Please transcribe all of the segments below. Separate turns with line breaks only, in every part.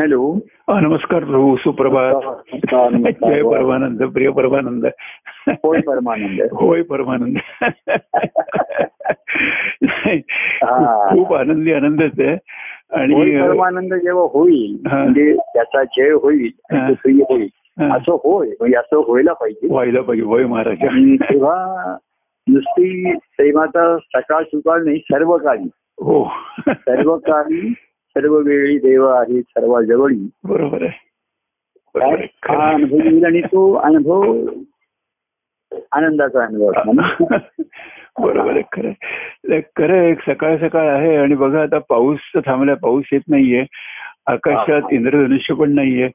Hello
अ, नमस्कार प्रभू सुप्रभात
नमस्कार, नमस्कार.
जय परमानंद प्रिय परमानंद
होय परमानंद
होय परमानंद नाही,
हा.
खूप आनंदी आनंदच आहे
होय
आणि अ,
परमानंद जेव्हा होईल
हा.
म्हणजे त्याचा जय होईल आणि
हा.
तो प्रिय होईल
हा.
असं होय म्हणजे असं व्हायला पाहिजे
व्हायला पाहिजे होय
आणि
महाराज
तेव्हा नुसती प्रेमाचा सकाळ सुकाळ नाही सर्व काळी
हो
सर्व काळी सर्व वेळी देव आहे सर्व जवळी
बरोबर आहे बरोबर आहे. खरं
हा
आहे.
अनुभव येईल आणि तो अनुभव आनंदाचा अनुभव असणार ना.
बरोबर आहे खरं आहे. नाही, खरं आहे सकाळ सकाळ आहे आणि बघा आता पाऊस तर थांबलाय पाऊस येत नाहीये आकाशात इंद्रधनुष्य पण नाहीये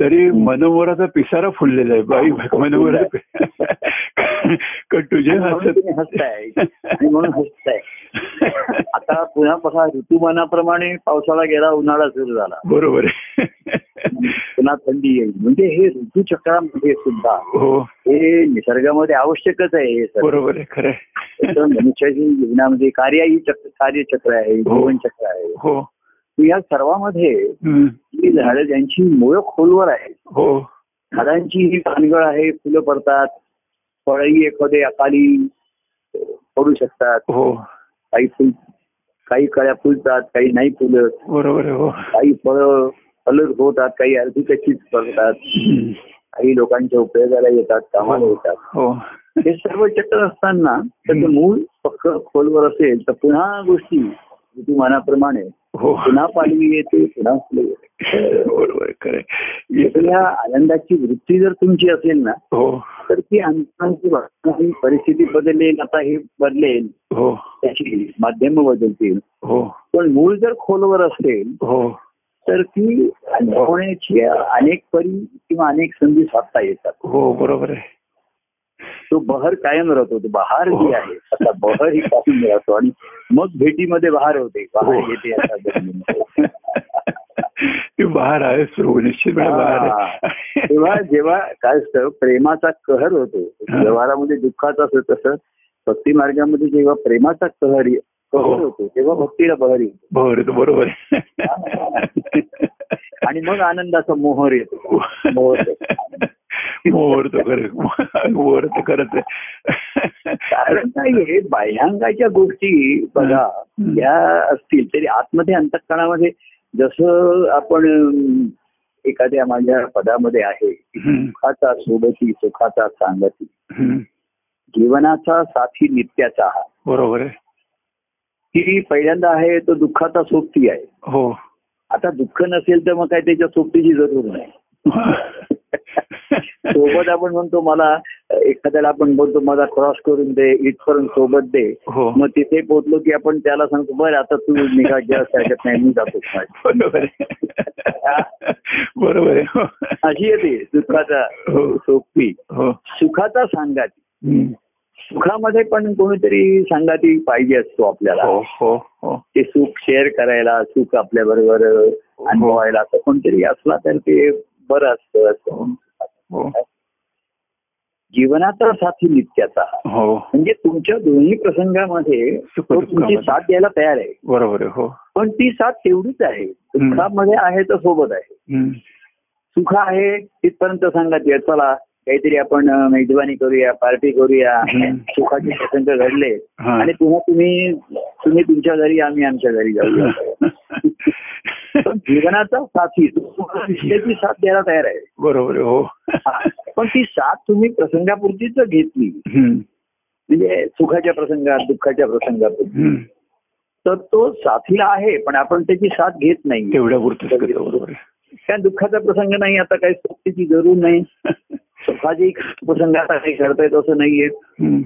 तरी मनोवराचा पिसारा फुललेला आहे बाई भग- मनोवरा क- तुझे
म्हणून
हसत
तुम्ही हसताय आणि म्हणून हसताय आता पुन्हा बघा ऋतुमानाप्रमाणे पावसाळा गेला उन्हाळा सुरू झाला
बरोबर आहे
पुन्हा थंडी येईल म्हणजे हे ऋतुचक्रामध्ये सुद्धा
हो
हे निसर्गामध्ये आवश्यकच आहे हे सर्व
बरोबर आहे खरं आहे.
त्याचं मनुष्याच्या जीवनामध्ये कार्यही चक्र कार्यचक्र आहे जीवनचक्र आहे
हो
या सर्वामध्ये
हम्म.
ही झाडं ज्यांची मुळं खोलवर आहेत
हो
झाडांची ही पानगळ आहे फुलं पडतात फळही एखादे अकाली पडू शकतात
हो
काही फुल काही कळ्या फुलतात काही नाही फुलत
बरोबर आहे हो
काही फळं कलर होतात काही अर्धी कच्चीच करतात
हम्म.
काही लोकांच्या उपयोगाला येतात कामाला येतात
हो
हे सर्व चक्र असताना त्याचं मूळ पक्क खोलवर असेल तर पुन्हा गोष्टी ऋतुमानाप्रमाणे
हो
पुन्हा पाणी येते पुन्हा फुलं येते
बरोबर खरे
तर या आनंदाची वृत्ती जर तुमची असेल ना
हो
तर ती अंतरांची वाटण ही परिस्थिती बदलेल आता हे बदलेल
हो
त्याची माध्यम बदलतील
हो
पण मूळ जर खोलवर असेल
हो
तर ती अनुभवण्याची अनेक परी किंवा अनेक संधी साधता येतात
हो बरोबर आहे
तो बहर कायम राहतो तो बहार
हो.
जी आहे आता बहर ही कायम राहतो आणि मग भेटीमध्ये बहार होते
हो.
बहार येते आता जमिनीमध्ये.
ती बाहेर आहे सुरू निश्चितपणे बाहेर
हा.
आहे
तेव्हा जेव्हा काय असतं प्रेमाचा कहर होतो
हा.
व्यवहारामध्ये दुःखाचा असतो तसं भक्ती मार्गामध्ये जेव्हा प्रेमाचा कहर ये- कहर
हो.
होतो तेव्हा भक्तीला बहर येतो
बरं तर बरोबर आहे.
आणि मग आनंदाचा मोहर येतो मोहरतो.
मोहरतो खरं मोहरतो खरंच आहे.
कारण नाही हे बाह्यांगाच्या गोष्टी बघा
हं.
या असतील तरी आतमध्ये अंतःकरणामध्ये जसं आपण अम, एखाद्या माझ्या पदामध्ये आहे
हम्म,
सुखाचा सोबती सुखाचा सांगती
हम्म.
जीवनाचा साथी नित्याचा हा
बरोबर आहे
ती पहिल्यांदा आहे तो दुःखाचा सोबती आहे
हो
आता दुःख नसेल तर मग काय त्याच्या सोबतीची जरूर नाही सोबत आपण म्हणतो मला अ, एखाद्याला आपण म्हणतो मला क्रॉस करून दे इथपर्यंत सोबत दे
हो
मग तिथे पोहोचलो की आपण त्याला सांगतो बरं आता तू निघा घ्या ऐकत नाही मी जातो
बरोबर आहे बरोबर आहे हो.
अशी येते दुःखाचा
हो
सोपी
हो
सुखाचा सांगाती
हम्म.
सुखामध्ये पण कोणीतरी सांगाती पाहिजे असतो आपल्याला
हो हो हो
ते सुख शेअर करायला सुख आपल्या बरोबर अनुभवायला असं कोणतरी असला तर ते बरं असतं असं.
हो
जीवनाचा साथी नित्याचा
हो
म्हणजे तुमच्या दोन्ही प्रसंगामध्ये तो तुमची साथ द्यायला तयार आहे
बरोबर आहे हो
पण ती साथ तेवढीच आहे
हम्म.
दुःखामध्ये आहे तर सोबत आहे
हम्म.
सुख आहे तिथपर्यंत सांगा ते चला काहीतरी आपण अ, मेजवानी करूया पार्टी करूया
हम्म.
सुखाचे प्रसंग घडले
हा.
आणि पुन्हा तुम्ही तुम्ही तुमच्या घरी आम्ही आमच्या घरी जाऊया पण जीवनाचा साथी तो तुम्हाला निश्चयाची साथ द्यायला तयार आहे
बरोबर आहे हो
हा. पण ती साथ तुम्ही प्रसंगापुरतीच जर घेतली
हम्म.
म्हणजे सुखाच्या प्रसंगात दुःखाच्या प्रसंगापुरती
हम्म.
तर तो साथीला आहे पण आपण त्याची साथ घेत नाही
तेवढ्या पुरतच बरोबर आहे
कारण दुःखाचा प्रसंग नाही आता काही सोबतीची जरूर नाही सुखाची प्रसंग आता काही करता येत असं नाहीये
हम्म.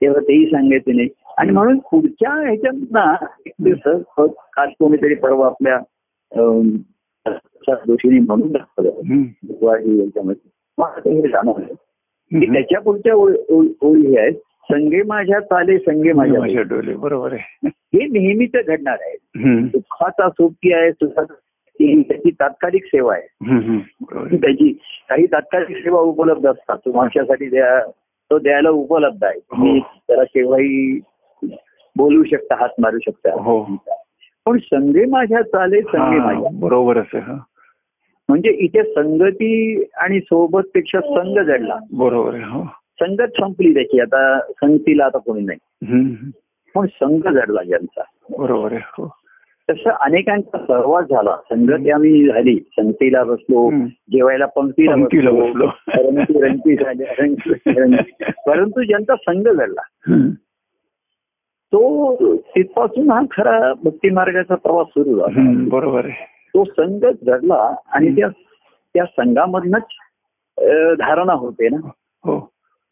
तेव्हा तेही सांगायचे नाही आणि म्हणून पुढच्या ह्याच्यात ना एक दिवस काल कोणीतरी परवा आपल्या अम, जोशीने म्हणून दाखवलं
हम्म.
बुधवारी याच्यामध्ये मग आता हे जाणवलं की
हम्म.
त्याच्या पुढच्या ओळ- ओळ- ओळी आहेत संगे माझ्या चाले संगे माझ्या
माझ्या
बोले.
डोले बरोबर आहे
हे नेहमीच घडणार आहे
हम्म.
सुखाचा सोपी आहे सुखाचा ही त्याची तात्कालिक सेवा आहे
हम्म. हम्म. बरोबर आहे.
त्याची काही तात्कालिक सेवा उपलब्ध असतात तो माणसासाठी द्या तो द्यायला उपलब्ध आहे
हो.
तुम्ही त्याला केव्हाही बोलू शकता हात मारू शकता
हो
पण संगे माझ्या चाले संगे
हा,
माझ्या
बरोबर असं हा
म्हणजे इथे संगती आणि सोबत पेक्षा संघ जडला
बरोबर आहे हो
संगत संपली त्याची आता संगतीला आता कोणी नाही
हम्म.
पण संघ जडला ज्यांचा
बरोबर आहे हो
तसं अनेकांचा सहवास झाला संगत आम्ही झाली संगतीला बसलो
हम्म.
जेवायला पंक्तीला
पंक्तीला
बसलो
बसलो.
परंतु रंगती झाली, रंगती- रंगती. परंतु ज्यांचा संघ जडला
हम्म.
तो तिथपासून हा खरा भक्ती मार्गाचा प्रवास सुरू झाला
हम्म. बरोबर आहे
तो संघ जडला आणि त्या त्या संघामधनच अ, धारणा होते ना
हो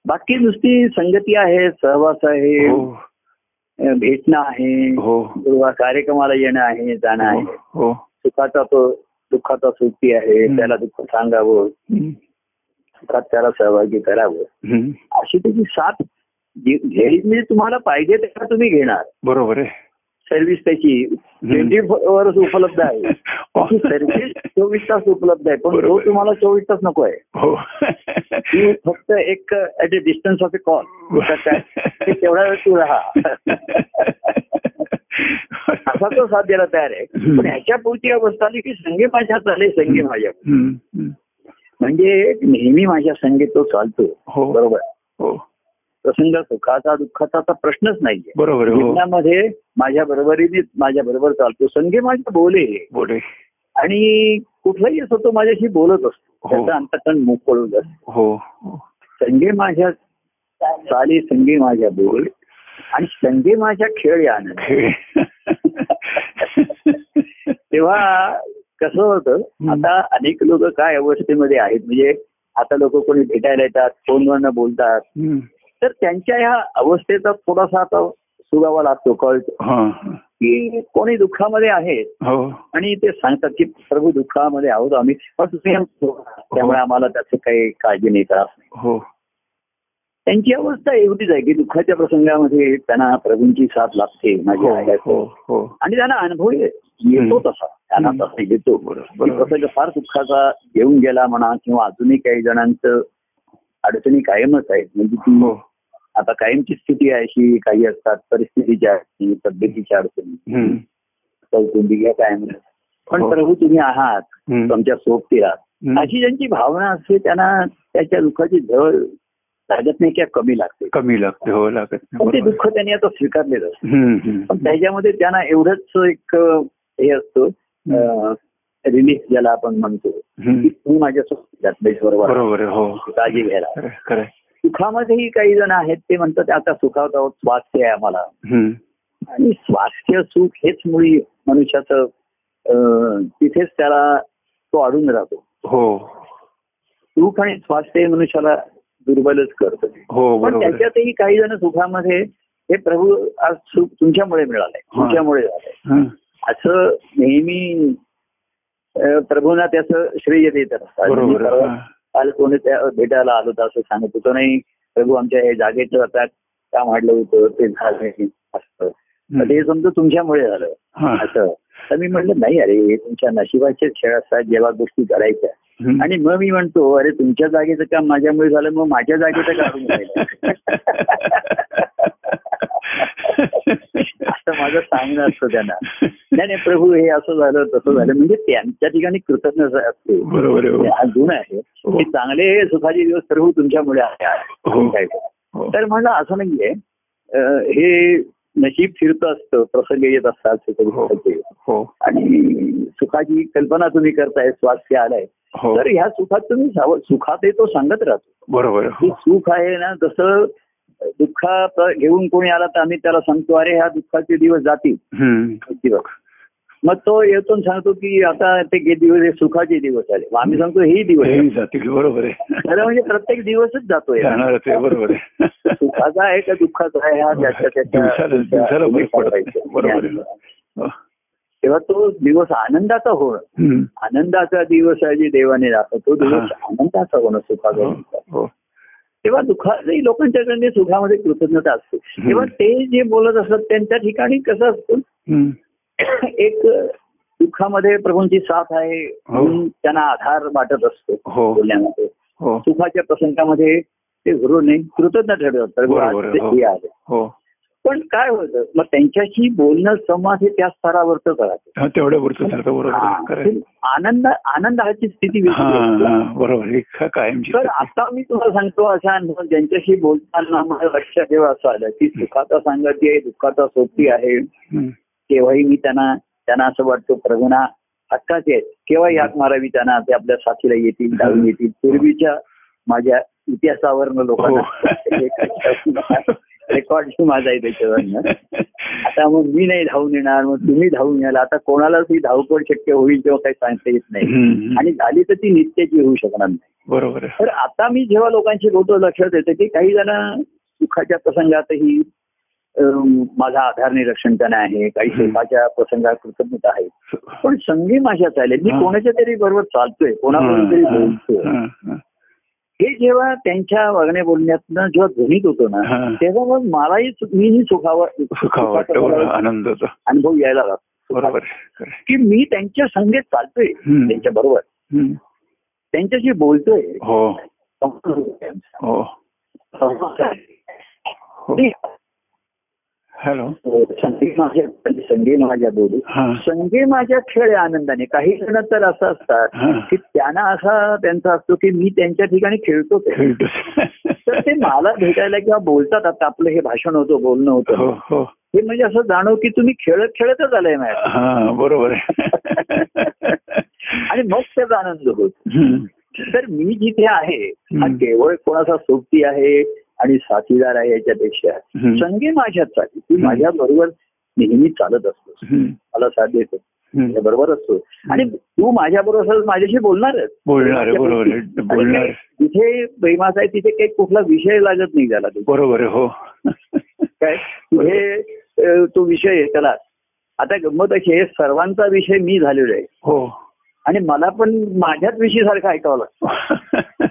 बाकी नुसती संगती आहे सहवास आहे
हो
अ, भेटणं आहे
हो
किंवा कार्यक्रमाला येणं आहे जाणं आहे
हो
सुखाचा तो दुःखाचा सुखी आहे
हं.
त्याला दुःख सांगावं
हम्म.
सुखात त्याला सहभागी करावं
हम्म.
अशी त्याची साथ जी- घेणे तुम्हाला पाहिजे त्याला तुम्ही घेणार
बरोबर आहे
सर्व्हिस त्याची ट्वेंटी वरच उपलब्ध आहे
हो.
सर्व्हिस चोवीस तास उपलब्ध आहे पण तो
बरोबर.
तुम्हाला चोवीस तास नको आहे
हो
ती फक्त एक at a distance of a call तेवढा वेळ तू राहा असा तो साथ द्यायला तयार आहे पण ह्याच्या पुढची अवस्था आली की संगे माझ्या चाले संगे माझ्या
हम्म. हम्म.
म्हणजे नेहमी माझ्या संगीत तो चालतो
हो
बरोबर
हो
प्रसंग सुखाचा दुःखाचा असा प्रश्नच नाहीये
बरोबर आहे, हो
जीवनामध्ये माझ्या बरोबरीने माझ्या बरोबर चालतो संगे माझ्या बोले
बोले
आणि कुठलाही असो तो माझ्याशी बोलत असतो
हो.
त्याचा अंतकण मोकळून असतो
हो हो
संगे माझ्या चाले संगे माझ्या बोल आणि संगे माझ्या खेळ या आनंद
खेळ
तेव्हा कसं होतं
हं.
आता अनेक लोक काय अवस्थेमध्ये आहेत म्हणजे आता लोक कोणी भेटायला येतात फोनवरनं बोलतात
हम्म.
तर त्यांच्या ह्या अवस्थेचा थोडासा आता सुगावा लागतो कळतो
हा.
की कोणी दुःखामध्ये आहेत
हो
आणि ते सांगतात की प्रभू दुःखामध्ये आहोत आम्ही पण तुम्ही आमचं- त्यामुळे आम्हाला त्याचं काही काळजी नाही त्रास नाही
हो
त्यांची अवस्था एवढीच आहे की दुःखाच्या प्रसंगामध्ये त्यांना प्रभूंची साथ लागते माझ्या
हो
आयात.
हो हो
आणि त्यांना अनुभव ये- येतो
हम्म.
तसा त्यांना
हम्म.
तसा येतो
बरोबर.
की प्रसंग फार दुःखाचा येऊन गेला म्हणा किंवा अजूनही काही जणांचं अडचणी कायमच आहेत म्हणजे ती
हो
आता कायमची स्थिती आहे अशी काही असतात परिस्थितीच्या अडचणी तब्येतीच्या अडचणी
हम्म.
कौटुंबिक या कायम असतात. पण
हो.
प्रभू तुम्ही आहात
हम्म.
तुमच्या सोबती आहात
हम्म.
अशी ज्यांची भावना असते त्यांना त्याच्या दुःखाची झळ लागत नाही किंवा कमी लागते
कमी लागते हो लागत नाही
पण ते
बरोबर.
दुःख त्यांनी आता स्वीकारलेलं असतं
हम्म, हम्म.
पण त्याच्यामध्ये त्यांना एवढंच एक अ, हे असतो रिलीफ ज्याला आपण म्हणतो की
हम्म.
तुम्ही माझ्यासोबत जात बरोबर
बरोबर आहे, हो
काळजी घ्यायला
खरं आहे, खरं आहे.
सुखामध्येही काही जण आहेत ते म्हणतात आता सुखावत आहोत स्वास्थ्य आहे आम्हाला
हम्म.
आणि स्वास्थ्य सुख हेच मुळी मनुष्याचं अ, तिथेच त्याला तो अडून राहतो
हो
सुख आणि स्वास्थ्य हे मनुष्याला दुर्बलच करतो
हो
पण
बरोबर आहे.
त्याच्यातही काही जण सुखामध्ये हे प्रभू आज सुख तुमच्यामुळे मिळालंय
हा.
तुमच्यामुळे झालंय
हं.
असं नेहमी अ, प्रभूंना त्याचं श्रेय देत असतात म्हणजे
बरोबर आहे.
परवा काल कोणी त्या भेटायला आलो होतं असं सांगत होतो नाही प्रभू आमच्या हे जागेचं आता काम वाढलं होतं ते झालं नाही असं तर
हं.
ते समजा तुमच्यामुळे झालं
हं.
असं तर मी म्हटलं नाही अरे हे तुमच्या नशिबाचे खेळ असतात जेव्हा गोष्टी करायच्या
हं.
आणि मग मी म्हणतो अरे तुमच्या जागेचं काम माझ्यामुळे झालं मग माझ्या जागेचं काढून असं माझं सांगणं असतं त्यांना नाही नाही प्रभू हे असं झालं तसं झालं म्हणजे त्यांच्या ठिकाणी कृतज्ञता असते
बरोबर आहे, हो.
हा गुण आहे
हो.
हे चांगले सुखाचे दिवस प्रभू तुमच्यामुळे
हो.
आहे
हो.
तर म्हणलं असं नाहीये अं, हे नशीब फिरतं असतं प्रसंग येत असतात
हो.
सुखदुःखाचे.
हो
आणि सुखाची कल्पना तुम्ही करताय स्वास्थ्य आलाय
हो
तर ह्या सुखात तुम्ही साव- सुखात हे तो सांगत राहतो
बरोबर आहे,
की
हो.
सुख आहे ना जसं दुःख घेऊन कोणी आला तर आम्ही त्याला सांगतो अरे ह्या दुःखाचे दिवस जातील
हं.
दिवस मग तो येतो आणि सांगतो की आता ते गे दिवस हे सुखाचे दिवस आले मग आम्ही सांगतो हेही दिवस
हेही जातील बरोबर आहे
खरं म्हणजे प्रत्येक दिवसच जातोय
जाणारच आहे बरोबर आहे
सुखाचा आहे का दुःखाचा आहे हा त्याच्या
दिवसाला- दिवसाला फरक पडत नाही. बरोबर आहे.
त्याच्या
हो.
तेव्हा तो दिवस आनंदाचा होणं
हं.
आनंदाचा दिवस आहे जे देवाने दाखवतो तो दिवस आनंदाचा होणं सुखाचा
हो.
होणं.
हो.
तेव्हा दुःखातही लोकांच्याकडे सुखामध्ये कृतज्ञता असते तेव्हा ते जे बोलत असतात त्यांच्या ठिकाणी कसं असतं
हं.
एक दुःखामध्ये प्रभूंची साथ आहे म्हणून त्यांना आधार वाटत असतो
हो.
बोलण्यामध्ये
हो
सुखाच्या प्रसंगामध्ये ते गुरुने कृतज्ञ ठरवतात प्रभू आज
बरोबर, हो.
ते आले
हो
पण काय होतं मग त्यांच्याशी बोलणं संवाद हे त्या स्तरावरचं करायचं
हा तेवढ्या पुरतं चालतं बरोबर आहे. खरं आहे.
आनंद आनंदाची स्थिती
हा
वेगळी आहे.
हा बरोबर एक हा कायमची
तर आता मी तुला सांगतो असा अनुभव ज्यांच्याशी बोलताना मला लक्षात ठेवा असं आलं की सुखाचा सांगती आहे दुःखाचा सोबती आहे
हम्म.
केव्हाही मी त्यांना त्यांना असं वाटतो प्रगुणा हक्काच आहेत केव्हा यात मारावी त्यांना ते आपल्या साथीला येतील डावी येतील पूर्वीच्या माझ्या इतिहासावर लोकांना
हो.
रेकॉर्ड माझा आहे त्याच्यावर आता मग मी नाही धावून येणार मग तुम्ही धावून याल आता कोणालाच ही धावपळ शक्य होईल तेव्हा काही सांगता येत नाही
हम्म.
आणि झाली तर ती नित्याची होऊ शकणार नाही
बरोबर आहे.
तर आता मी जेव्हा लोकांशी बोलतो लक्षात येतं की काही जण सुखाच्या प्रसंगातही अम, माझा आधार निरक्षण त्यांना आहे काही
हम्म.
सुखाच्या प्रसंगात कृतज्ञता आहे पण संगी माझ्या चालले मी
हा.
कोणाच्या तरी बरोबर चालतोय कोणाबरोबर तरी बोलतोय
हा, हा,
हे जेव्हा त्यांच्या वागण्या बोलण्यातनं जेव्हा ध्वनित होतो ना
हा.
तेव्हा मग मलाही सु- मीही सुखावर
सुखावा
सुखाचा
वाटतं बरोबर
मला
आनंदाचा
अनुभव यायला लागतो
बरोबर आहे. खरं आहे.
की मी त्यांच्या संगेत चालतोय
हम्म.
त्यांच्या बरोबर
हम्म.
त्यांच्याशी बोलतोय
हो हो हो हॅलो
संगे माझ्या संगे माझ्या म्हणजे बोलू
हा
संगे माझ्या खेळ या आनंदाने काही जण तर असं असतात
हा
की त्यांना असा त्यांचा असतो की मी त्यांच्या ठिकाणी खेळतो ते.
खेळतो
तर ते मला भेटायला किंवा बोलतात आता आपलं हे भाषण होतं बोलणं
हो
होतं
हो
हे म्हणजे असं जाणव की तुम्ही खेळत खेळतच आलाय मॅडम
हा बरोबर आहे
आणि मग त्याचा आनंद होतो
हम्म.
तर मी जिथे आहे हा
हम्म.
केवळ कोणाचा सोबती आहे आणि साथीदार आहे याच्यापेक्षा
हम्म.
संगे माझ्याच आहे तू
हम्म.
माझ्या बरोबर नेहमी चालत असतोस
हम्म.
मला साथ देतो
हम्म.
म्हणजे बरोबर असतो आणि तू माझ्या बरोबर माझ्याशी बोलणारच
बोलणार आहे, बरोबर आहे.
आणि
बोलणार
काही
आहे.
जिथे प्रेमास आहे तिथे काही कुठला विषय लागत नाही झाला तो
बरोबर आहे हो
काय हे अ, तो विषय आहे त्याला आता गंमत अशी आहे सर्वांचा विषय मी झालेलो आहे
हो
आणि मला पण माझ्याच विषयी सारखं ऐकावं लागतं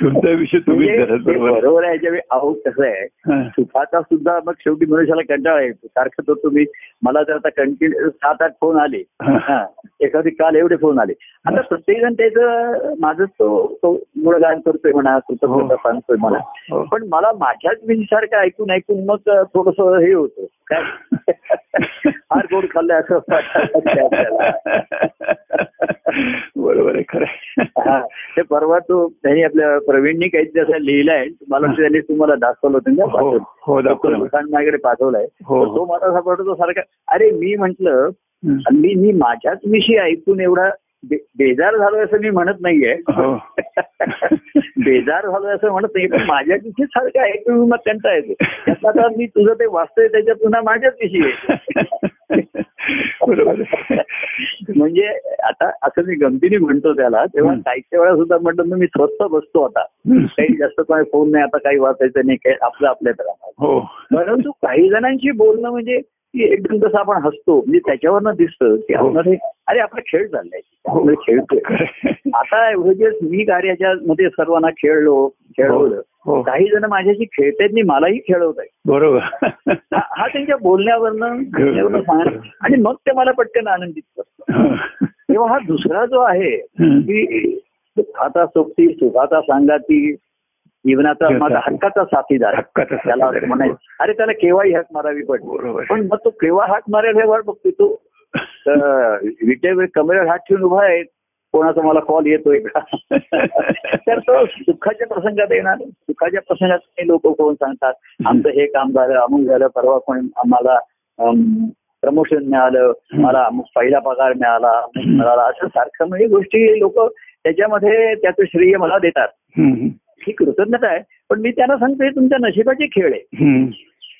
तुमचा विषय तुम्हीच
म्हणजे
धरत
ते
बरोबर
बरोबर आहे ज्यावेळी अहो कसं आहे
हा.
सुखाचा सुद्धा मग शेवटी मनुष्याला कंटाळा येतो सारखं तो तुम्ही मला तर आता कंटिन्यू सात आठ फोन आले
हा.
हा. एखादी काल एवढे फोन आले आता प्रत्येक जण त्याचं माझं तो तो गुणगान करतोय म्हणा कृतज्ञता सांगतोय म्हणा
हो.
पण मला माझ्याच विषयासारखं ऐकून ऐकून मग थोडस हे होतं काय फार गोड खाल्लंय असं वाटतं आपल्याला.
बरोबर आहे खरं आहे.
हा. ते परवा तो त्यांनी आपल्या प्रवीणनी काहीतरी असं लिहिलंय मला वाटतं त्यांनी तुम्हाला दाखवलं होतं ना
हो
पाठवलं.
हो
डॉक्टर
दाखवलं
लोकांनाकडे पाठवलाय
हो.
तर तो मला सापडतो सारखा अरे मी म्हंटल
हम्म.
मी मी माझ्याच विषयी ऐकून एवढा बे- बेजार झालो असं मी म्हणत नाहीये
हो
बेजार झालो असं म्हणत नाही पण माझ्या विषयी सारखं ऐकून मग त्यांचा येतो त्याचा आता मी तुझं ते वाचतोय त्याच्यात पुन्हा माझ्याच विषयी आहे
बरोबर आहे.
म्हणजे आता असं मी गमतीने म्हणतो त्याला तेव्हा
हं.
काहीच्या वेळा सुद्धा म्हटलं ना, मी स्वस्त बसतो आता काही जास्त काही फोन नाही आता काही वाचायचं नाही काही आपलं आपल्या प्रमाणात
हो
परंतु काही जणांशी बोलणं म्हणजे की एकदम कसं आपण हसतो म्हणजे त्याच्यावरनं दिसतं की
हो.
आपण हे- अरे आपला खेळ चाललाय
हो.
आपण खेळतोय
खरं आहे.
आता एवढेच मी कार्याच्या मध्ये सर्वांना खेळलो खेळवलं
हो
काही जण माझ्याशी खेळतायत नाही मलाही खेळवत आहे
बरोबर
हा हा त्यांच्या बोलण्यावरनं बोलण्यावरनं सांग- आणि मग ते मला पटकन आनंदित करतं तेव्हा हा दुसरा जो आहे की दुःखाचा सोबती सुखाचा सांगाती जीवनाचा माझा हक्काचा साथीदार
हक्काचा साथीदार.
त्याला असं म्हणायचं अरे त्याला केव्हाही हाक मारावी पडली
बरोबर
पण मग तो केव्हा हाक मारेल हे वाट बघतोय तो अं, विटेवर कमरेवर हात ठेवून उभा आहे कोणाचा मला कॉल येतोय का तर तो सुखाच्या प्रसंगात येणार सुखाच्या प्रसंगात काही लोक कोण सांगतात आमचं हे काम झालं अमुक झालं परवा कोण आम्हाला प्रमोशन मिळालं मला अमुक पहिला पगार मिळाला अमुक मिळाला असं सारखं म्हणजे गोष्टी लोक त्याच्यामध्ये त्याचं श्रेय मला देतात
हम्म.
ही कृतज्ञता आहे पण मी त्यांना सांगतो हे तुमच्या नशिबाचे खेळ आहे
हम्म.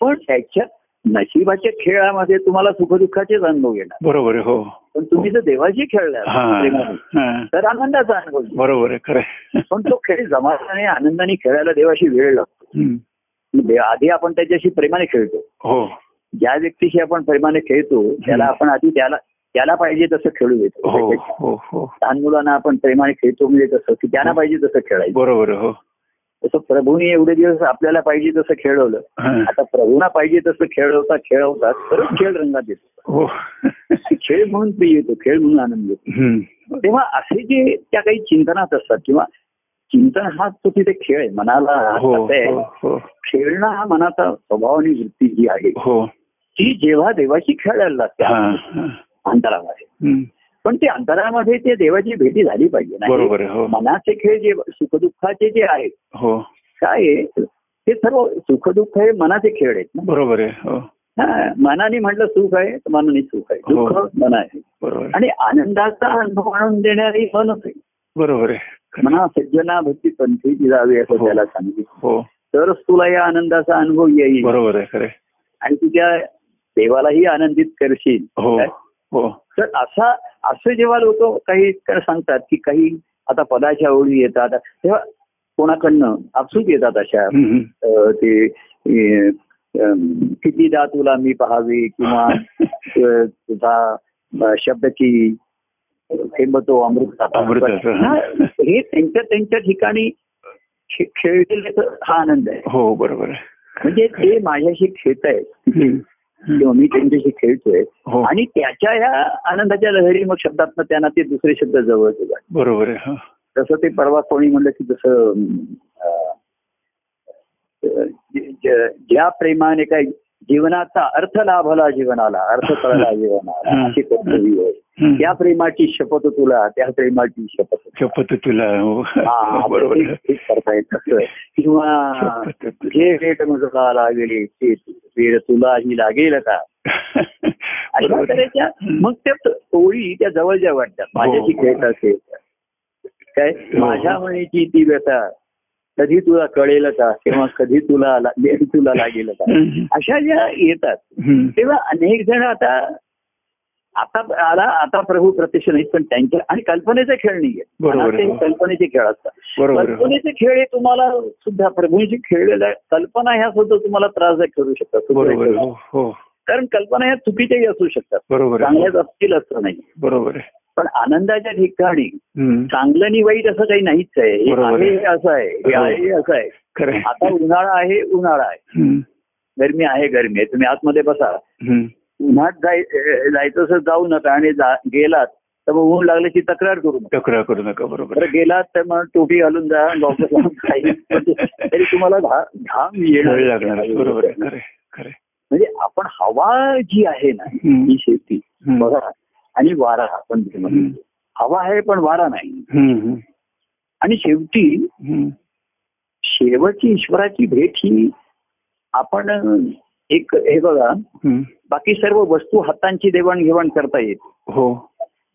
पण त्याच्या नशिबाच्या खेळामध्ये तुम्हाला सुखदुःखाचेच अनुभव येणार
बरोबर आहे, हो
पण तुम्ही जर देवाशी खेळलात
हा
प्रेमाने,
हा.
तर आनंदाचा अनुभव येईल.
बरोबर आहे खरं आहे.
पण तो खेळ जमाने आनंदाने खेळायला देवाशी वेळ लागतो
हम्म.
दे- आधी आपण त्याच्याशी प्रेमाने खेळतो
हो
ज्या व्यक्तीशी आपण प्रेमाने खेळतो त्याला आपण आधी त्याला त्याला पाहिजे तसं खेळू देतो
हो
त्याच्याशी.
हो हो
लहान मुलांना आपण प्रेमाने खेळतो म्हणजे तसं की त्यांना पाहिजे तसं खेळायचं
बरोबर आहे, हो
तसं प्रभूने एवढे दिवस आपल्याला पाहिजे तसं खेळवलं
हा.
आता प्रभूना पाहिजे तसं खेळवता खेळवता खरंच खेळ रंगात येतो
हो
खेळ म्हणून प्रिय येतो खेळ म्हणून आनंद येतो
हम्म.
तेव्हा असे जे त्या काही चिंतनात असतात किंवा चिंतन हाच तो तिथे खेळ आहे मनाला
हो
हात आहे.
हो हो
खेळणं हा मनाचा स्वभाव आणि वृत्ती जी आहे
हो
ती जेव्हा देवाशी खेळायला लागते
हा हा.
अंतरामध्ये
हम्म.
पण ते अंतरामध्ये ते देवाची भेटी झाली पाहिजे ना
बरोबर आहे, हो.
मनाचे खेळ जे सुखदुःखाचे जे आहेत
हो
काय आहे? ते सर्व सुखदुःख हे मनाचे खेळ आहेत ना
बरोबर आहे हो
हा, मनाने म्हटलं सुख आहे तर मनाने सुख आहे
हो.
दुःख मन आहे
बरोबर आहे.
आणि आनंदाचा अनुभव आणून देणारी मनच आहे
बरोबर आहे
म्हणा सज्जना भक्ती पंथीची जावी असं
हो.
त्याला सांगितलं
हो
तरच तुला या आनंदाचा अनुभव येईल
बरोबर आहे खरे
आणि तुझ्या देवालाही आनंदित करशील
हो
काय?
हो
तर असा असे जेव्हा लोक काही काय सांगतात की काही आता पदाच्या ओळी येतात तेव्हा कोणाकडनं आपसूक येतात अशा
हम्म, हम्म.
अ, ते अ, अम, कितीदा तुला मी पाहावे किंवा अ, तुझा अ, शब्दाची थेंबतो अमृत
अमृताचा.
हा, हे त्यांच्या त्यांच्या ठिकाणी खे- खेळलेल्याचा हा आनंद आहे
हो बरोबर आहे
म्हणजे ते माझ्याशी खेळत आहेत
हम्म.
किंवा मी त्यांच्याशी खेळतोय
हो.
आणि त्याच्या ह्या आनंदाच्या लहरी मग शब्दात त्यांना ते दुसरे शब्द जवळ येतात.
बरोबर आहे हा.
जसं ते परवा कोणी म्हणलं की जसं अं, अं, ज- ज- ज्या प्रेमाने काय जीवनाचा अर्थ लाभला जीवनाला अर्थ कळला जीवनाला
हं.
अशी कोणती ओळ.
हं.
त्या प्रेमाची शपथ तुला त्या प्रेमाची शपथ
शपथ तुला हो
हा,
बरोबर
ते-
आहे.
तेच करता येत असं. किंवा
शपथ तुला.
जे रेट मजला लागेल ते वेळ तुला ही लागेल का अशा
बरोबर आहे.
तऱ्हेच्या मग त्या ओळी त्या जवळच्या वाटतात माझ्याशी खेळत असेल काय
हो.
माझ्या म्हणीची ती व्यथा कधी तुला कळेल का किंवा कधी तुला ला- ले- तुला लागेल का
हम्म.
अशा ज्या येतात
हम्म.
तेव्हा अनेक जण आता आता आला आता प्रभू प्रत्यक्ष नाहीत पण त्यांच्या आणि कल्पनेचे खेळ नाहीये
बरोबर आहे.
मनाचे हे कल्पनेचे खेळ असतात
बरोबर आहे.
कल्पनेचे खेळ हे तुम्हाला सुद्धा प्रभूंशी खेळलेल्या कल्पना ह्या सुद्धा तुम्हाला त्रासदायक ठरू शकतात
बरोबर आहे. हो हो
कारण कल्पना ह्या चुकीच्याही असू शकतात
बरोबर आहे.
चांगल्याच असतील असं नाही
बरोबर आहे
पण आनंदाच्या ठिकाणी
हम्म.
चांगलं आणि वाईट असं काही नाहीच आहे हे
बरोबर
आहे
आहे.
हे असं आहे हे आहे हे असं आहे
खरं आहे.
आता उन्हाळा आहे उन्हाळा आहे
हम्म.
गरमी आहे गरमी आहे तुम्ही आतमध्ये बसा
हम्म.
उन्हात जाय अ, जायचं असं जाऊ नका आणि जा- गेलात तर मग ऊन लागल्याची तक्रार करू नका
तक्रार करू नका बरोबर
बरं
आहे.
गेलात तर मग टोपी घालून जा डॉक्टर लावून जाईल. म्हणजे तरी तुम्हाला घा- घाम येणार
वेळ लागणार आहे. बरोबर आहे खरे खरे
म्हणजे आपण हवा जी आहे ना
हम्म.
ही शेती
हम्म.
बघा आणि वारा आपण जे म्हणतो.
हम्म.
हवा आहे पण वारा नाही
हम्म. हम्म.
आणि शेवटी
हम्म.
शेवटची ईश्वराची भेट ही आपण अं, एक हे बघा
हम्म.
बाकी सर्व वस्तू हातांची देवाणघेवाण करता येते
हो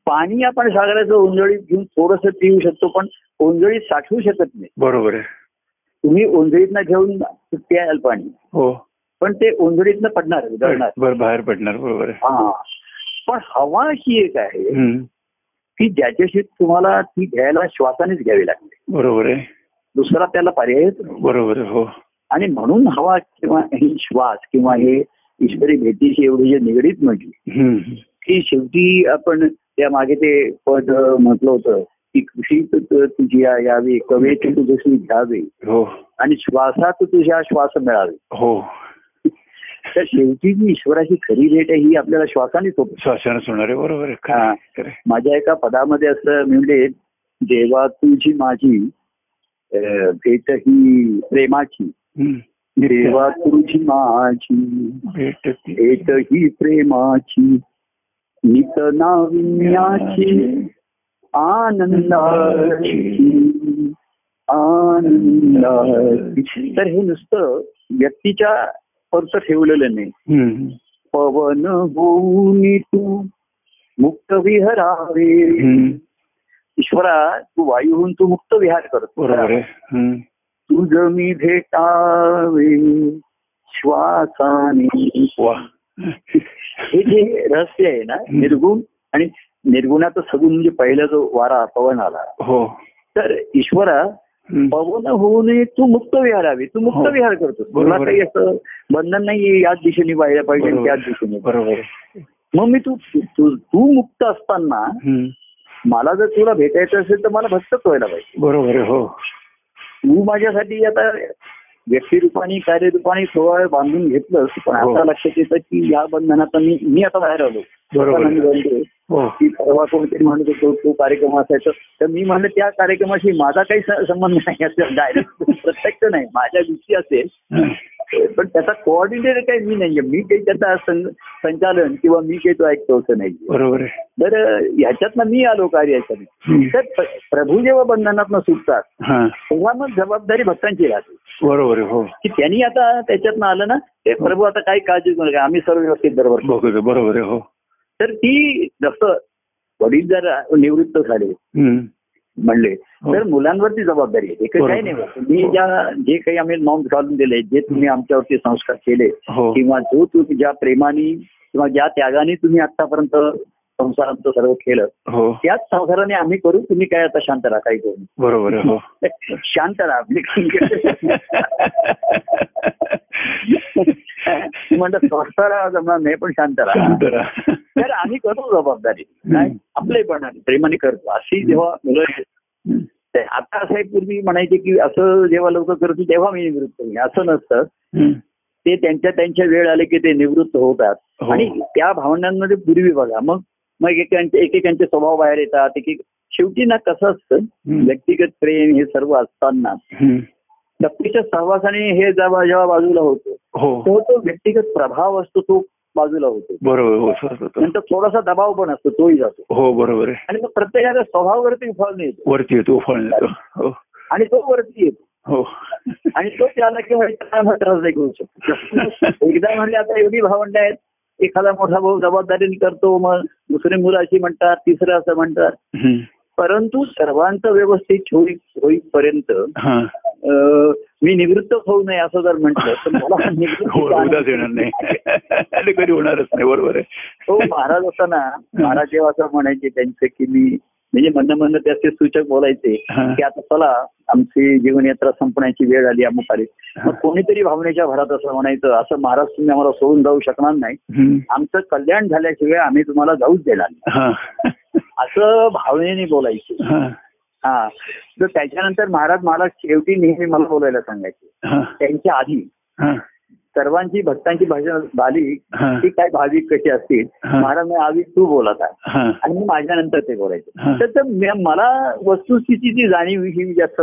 पाणी आपण सागराचं ओंजळीत घेऊन थोडस पिऊ शकतो पण ओंजळीत साठवू शकत नाही
बरोबर आहे
तुम्ही ओंजळीतनं घेऊन प्याल पाणी
हो
पण ते ओंजळीतनं पडणार उधळणार
बर बाहेर पडणार बरोबर आहे
हा पण हवा ही एक आहे
हम्म.
की ज्याच्याशी तुम्हाला ती घ्यायला श्वासानेच घ्यावी लागते
बरोबर आहे
दुसरा त्याला पर्यायच नाही.
बरोबर आहे हो
आणि म्हणून हवा किंवा ही श्वास किंवा हे ईश्वरी भेटीशी एवढी जे निगडीत म्हटली
हम्म.
की शेवटी आपण त्या मागे ते पद म्हटलं होतं की कृषी तु- तु- तुझी या- यावी कवेची तुझी घ्यावी
हो
आणि श्वासात तुझ्या श्वास मिळावे
हो
तर शेवटी जी ईश्वराची खरी भेट आहे ही आपल्याला श्वासानेच होते
श्वासानच होणार आहे बरोबर आहे खरं आहे, खरं आहे.
माझ्या एका पदामध्ये असं मी म्हणजे देवा तुझी माझी अं, भेट ही प्रेमाची
हम्म.
देवा तुझी माझी
भेट ती.
भेट ही प्रेमाची नित नाविन्याची आनंदाची आनंदाची तर हे नुसतं व्यक्तीच्या अर्थ ठेवलेलं नाही
हम्म.
पवन होऊन तू मुक्त विहरावे
हम्म.
ईश्वरा तू वायूहून तू मुक्त विहार करतो
बरोबर आहे हम्म.
तुझ मी भेटावे श्वासाने
वा
हे जे रहस्य आहे ना निर्गुण आणि निर्गुणाचा सगुण म्हणजे पहिला जो वारा पवन आला
हो
तर ईश्वरा
हम्म.
पवन होऊन तू मुक्त विहारावी तू मुक्त
हो.
विहार करतोस
बरोबर.
तुला काही असं बंधन नाही याच दिशेने व्हायला पाहिजे आणि
बरोबर
त्याच
आहे.
दिशेने
बरोबर आहे.
मग मी तू तू- तू तू मुक्त असताना
हम्म.
मला जर तुला भेटायचं असेल तर मला भक्तच व्हायला पाहिजे
बरोबर आहे हो
तू माझ्यासाठी आता व्यक्तिरूपाने कार्यरूपाने थोडा वेळ बांधून घेतलंस पण
हो.
आता लक्षात येतं की या बंधनात मी मी आता बाहेर आलो
बरोबर आहे.
आता मी बनलोय.
हो
की परवा कोणीतरी म्हणत होतो तो कार्यक्रम असायचा तर मी म्हणलं त्या कार्यक्रमाशी माझा काही स- संबंध नाही असं डायरेक्ट प्रत्यक्ष नाही माझ्या गोष्टी असेल पण त्याचा कोऑर्डिनेटर काही मी नाहीये मी काही त्याचा सं- संचालन किंवा मी काही तो ऐकतो असं नाही
बरोबर आहे
तर ह्याच्यातनं मी आलो कार्याच्याने
हम्म.
तर प- प्रभू जेव्हा बंधनातनं सुटतात
हा
तेव्हा मग जबाबदारी भक्तांची राहते
बरोबर आहे हो
की त्यांनी आता त्याच्यातनं आलं ना ते प्रभू आता काही काळजी करू नका आम्ही सर्व व्यवस्थित बरोबर करू.
बघू दे, बरोबर आहे हो
तर ती जसं वडील जर निवृत्त झाले
हम्म.
म्हणले
हो.
तर मुलांवरती जबाबदारी आहे हे काही
बरोबर.
काही नाही बघ. तुम्ही ज्या जे काही आम्ही नॉम्स घालून दिले जे तुम्ही आमच्यावरती संस्कार केले
हो
किंवा जो तुम्ही ज्या प्रेमाने किंवा ज्या त्यागाने तुम्ही आतापर्यंत संसारांचं सर्व केलं
हो
त्याच संसाराने आम्ही करू तुम्ही काय आता शांत राहा काही करू नका.
बरोबर आहे हो
शांत राहा आपली म्हणलं संसारा जमणार नाही पण शांत राहा
शांत राहा.
तर आम्ही करू जबाबदारी
हम्म.
काय आपले पण आहे, प्रेमाने करतो अशी जेव्हा मुलं आहेत, ते आता असं आहे, पूर्वी म्हणायचे की असं जेव्हा लोक करतील तेव्हा मी निवृत्त होईल असं नसतं
हम्म.
ते त्यांच्या त्यांच्या वेळ आले की ते निवृत्त होतात
हो.
आणि त्या भावनांमध्ये पूर्वी बघा मग मग एकेकांचे एकेकांचे स्वभाव बाहेर येतात एकेक शेवटी ना कसं असतं
हम्म.
व्यक्तिगत प्रेम हे सर्व असताना
हम्म.
प्रत्यक्ष सहवासाने हे जेव्हा जेव्हा बाजूला होतो
हो
तो तो व्यक्तिगत प्रभाव असतो तो बाजूला होतो
बरोबर हो सहज होतं.
नंतर थोडासा दबाव पण असतो तोही जातो
हो बरोबर आहे
आणि मग प्रत्येकाच्या स्वभावावरती फळ येतो
वरती येतो उफाळून येतो हो
आणि तो वरती येतो
हो
आणि तो त्याला किंवा इतरांना त्रास नाही करू शकतो एकदा म्हणले आता एवढी भावंड आहेत एखादा मोठा भाऊ जबाबदारीने करतो मग दुसरे मुलं अशी म्हणतात तिसरं असं म्हणतात
हम्म.
परंतु सर्वांचं व्यवस्थित होई होईपर्यंत
हा
अं, मी निवृत्त होऊ नये असं जर म्हटलं तर मला
हो उदास
निवृत्त
येणार नाही आणि कधी होणारच नाही बरोबर आहे
तो हो, महाराज असताना महाराज जेव्हा असं म्हणायचे त्यांचे की मी म्हणजे म्हणणं म्हणणं त्याचे सूचक बोलायचे
हा.
की आता चला आमची जीवनयात्रा संपण्याची वेळ आली अमुक आली मग कोणीतरी भावनेच्या भरात असं म्हणायचं असं महाराज तुम्ही आम्हाला सोडून जाऊ शकणार नाही
हम्म.
आमचं कल्याण झाल्याशिवाय आम्ही तुम्हाला जाऊच देणार नाही
हा
असं भावनेने बोलायचे
हा
हा तर त्याच्यानंतर महाराज मला शेवटी नेहमी मला बोलायला सांगायचे
हा
त्यांच्या आधी
हा
सर्वांची भक्तांची भाषा झाली
हा.
की काय भाविक कशी असतील
हा.
महाराज म्हणाले, आधी तू बोलत आहे
हा
आणि मी माझ्यानंतर ते
हा.
बोलायचं तर ते म- मला वस्तुस्थितीची जाणीव ही जास्त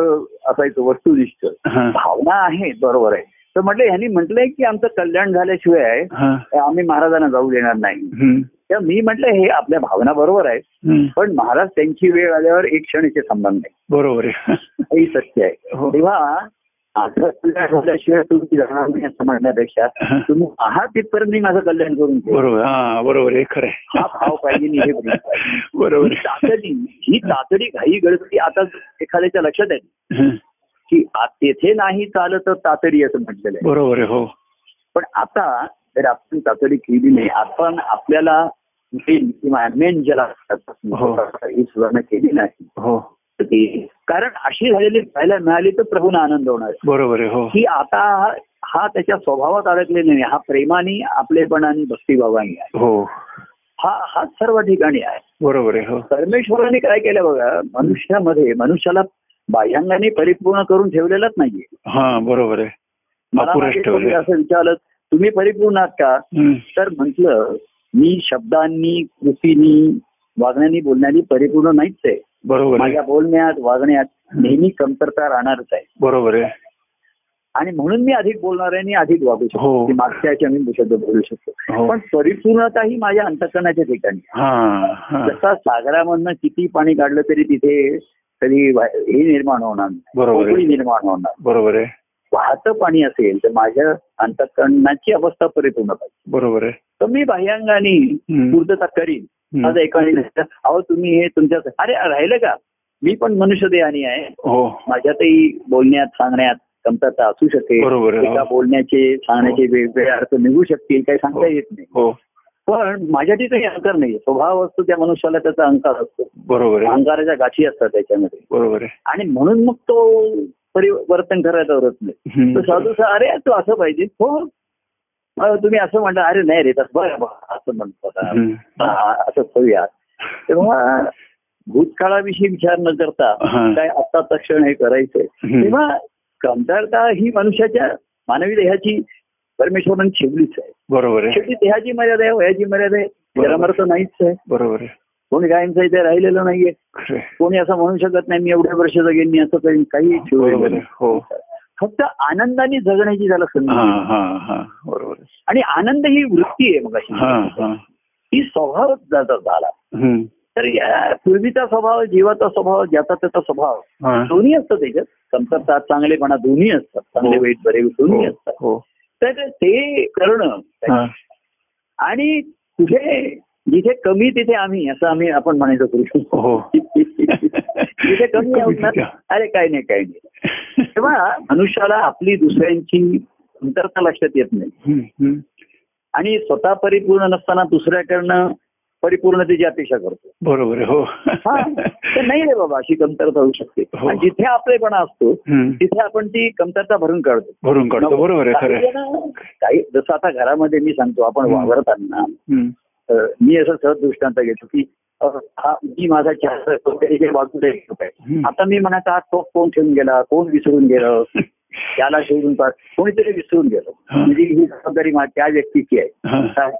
असायचं वस्तुनिष्ठ
हा
भावना आहे बरोबर आहे तर म्हटलं ह्यांनी म्हटलंय की आमचं कल्याण झाल्याशिवाय
हा
आम्ही महाराजांना जाऊ देणार नाही
हम्म.
तर मी म्हटलं हे आपल्या भावना बरोबर आहेत
हम्म.
पण महाराज त्यांची वेळ आल्यावर एक क्षणीचे संबंध
बरोबर आहे
नाही हे सत्य
हो.
आहे तेव्हा माझं कल्याण झाल्याशिवाय तुम्ही जाणार नाही असं म्हणण्यापेक्षा
हा.
तुम्ही आहात तिथपर्यंत मी माझं कल्याण करून घेईन.
बरोबर हा बरोबर आहे खरं आहे.
हा भाव पाहिजे आणि हे प्रेम पाहिजे.
बरोबर
ही
आहे.
तातडी ही तातडी घाई गळती आता एखाद्याच्या लक्षात आहे
हं.
की आ- तेथे नाही चालत तर तातडी असं म्हटलेलं आहे
बरोबर आहे हो
पण आता जर आपण तातडी केली नाही आपण आपल्याला मेन किंवा मेन ज्याला
हो.
असतात, ही सुधारणा केली नाही
हो
तर ती कारण अशी झालेली पाहायला मिळाली तर प्रभूना आनंद होणार
बरोबर आहे हो
की आता हा- हा त्याच्या स्वभावात अडकलेला नाही हा प्रेमाने आपलेपणाने भक्तिभावाने आहे
हो
हा हा सर्व ठिकाणी आहे
बरोबर आहे हो
परमेश्वराने काय केलं बघा मनुष्यामध्ये मनुष्याला बाह्यांगाने परिपूर्ण करून ठेवलेलाच नाहीये
हा बरोबर आहे
मला
अपुरस
मागे
ठेवलंय.
कोणी असं विचारलं तुम्ही परिपूर्ण आहात का
हं.
तर म्हटलं मी शब्दांनी कृतीनी वागण्यानी बोलण्यानी परिपूर्ण नाहीच आहे
बरोबर आहे
माझ्या बोलण्यात वागण्यात नेहमी कमतरता राहणारच आहे
बरोबर आहे
आणि म्हणून मी अधिक बोलणाऱ्यांनी अधिक वागू
हो.
शकतो की मागच्या याच्या मी शब्द बोलू शकतो
हो.
पण परिपूर्णता ही माझ्या अंतकरणाच्या ठिकाणी
हा हा
जसा सागरामधनं किती पाणी काढलं तरी तिथे तरी वा- हे निर्माण होणार नाही.
बरोबर आहे.
पोकळी निर्माण होणार
बरोबर आहे
वाहतं पाणी असेल तर माझ्या अंतकरणाची अवस्था परिपूर्ण पाहिजे
बरोबर आहे
तर मी बाह्यांगाने
हम्म.
पूर्तता करीन
हम्म.
आज एकाने नाही. अहो तुम्ही हे तुमच्या अरे राहिलं का मी पण मनुष्य देहानी आहे
हो
माझ्यातही बोलण्यात सांगण्यात कमतरता असू शकते
बरोबर आहे.
एका बोलण्याचे सांगण्याचे वेगवेगळे अर्थ निघू शकतील काही सांगता येत नाही
हो
पण माझ्या ठिकाणी अंतर नाही स्वभाव असतो त्या मनुष्याला त्याचा अंकार असतो
बरोबर आहे
अंकाराच्या गाठी असतात त्याच्यामध्ये
बरोबर आहे
आणि म्हणून मग तो परिवर्तन करायचा रस नाही
हं.
तो साधू सा- अरे तू असं पाहिजे हो अ, तुम्ही असं म्हणता अरे नाही रे तसं बरं बरं, असं म्हणतो आता.
हं.
हा, असं करूया तेव्हा भूतकाळाविषयी विचार न करता
हा.
काय आता तक्षण हे करायचंय
हं.
तेव्हा कमतरता ही मनुष्याच्या मानवी देहाची परमेश्वराने ठेवलीच आहे
बरोबर आहे
शेवटी देहाची मर्यादा आहे वयाची मर्यादा आहे
बरोबर.
जरामर्थ नाहीच आहे
बरोबर आहे
कोणी कायमचं इथे राहिलेलं नाहीये
खरं आहे.
कोणी असं म्हणू शकत नाही मी एवढ्या वर्ष जगेन मी असं करीन काही
बरोबर आहे.
ठेवलं
हो
फक्त आनंदाने जगण्याची त्याला संधी
हा
आहे.
हा हा बरोबर आहे.
आणि आनंद ही वृत्ती आहे मग
हा हा
ती स्वभावच जाता झाला
हम्म.
तर या पूर्वीचा स्वभाव जीवाचा स्वभाव ज्याचा त्याचा स्वभाव
हा.
दोन्ही असतात त्याच्यात संकटात चांगलेपणा दोन्ही असतात चांगले
हो.
वाईट बरे दोन्ही
हो,
असतात
हो
तर ते करणं
हा
आणि कुठे जिथे कमी तिथे आम्ही असं आम्ही आपण म्हणायचं पूर्वी
हो
जिथे कमी आहोत ना,
कमी तिथे.
अरे काय नाही काय नाही तेव्हा मनुष्याला आपली दुसऱ्यांची अंतरता लक्षात येत नाही
हम्म, हम्म.
आणि स्वतः परिपूर्ण नसताना दुसऱ्याकडनं परिपूर्णतेची अपेक्षा करतो
बरोबर आहे. हो
हा तर नाही रे बाबा अशी कमतरता होऊ शकते
हो.
आणि जिथे आपलेपणा असतो
हम्म.
तिथे आपण ती कमतरता भरून काढतो
भरून काढतो बरोबर आहे खरं
काही
आहे.
जण- काही जसं आता घरामध्ये मी सांगतो आपण
हं.
वावरताना
हम्म.
अ, मी असं सहज दृष्टांत घेतो की अ, हा मी माझा चहा कोणत्याही बाजूला एक लोक आहे
हं.
आता मी म्हणायचा हा टोप कोण ठेवून गेला कोण विसरून गेलं त्याला शोधून पाह कोणीतरी विसरून गेलो
हं.
म्हणजे ही जबाबदारी मा- त्या व्यक्तीची आहे
हा.
काय?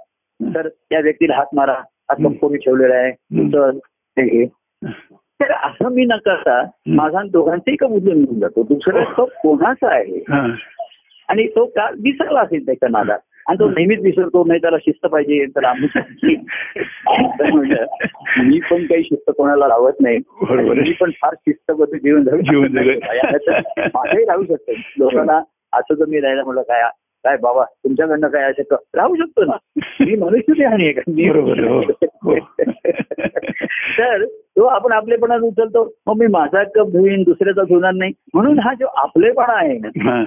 तर त्या व्यक्तीला हात मारा हा
हं.
टोप कोणी ठेवलेला आहे
हं.
उचल, हे घे. तर असं मी न करता माझा आणि दोघांचाही कबूजून घेऊन जातो दुसरा
हो.
तो कोणाचा आहे
हा.
आणि तो का विसरला असेल त्याच्या नादात आणि तो नेहमीच विसरतो नाही त्याला शिस्त पाहिजे त्याला आम्ही तर म्हणलं, मी पण काही शिस्त कोणाला लावत नाही
बरोबर आहे.
मी पण फार शिस्तबद्ध जीवन जगू
जीवन जगू.
शकत नाही. आता तर माझंही राहू शकतो लोकांना असं जर मी राहिलं म्हटलं काय काय बाबा तुमच्याकडनं काय असं क- राहू शकतो ना मी मनुष्य आणि आहे का मी
बरोबर आहे. हो. हो.
तर तो आपण आपलेपणा उचलतो मग मी माझा कप धुईन दुसऱ्याचा धुणार नाही म्हणून हा जो आपलेपणा आहे ना
हा.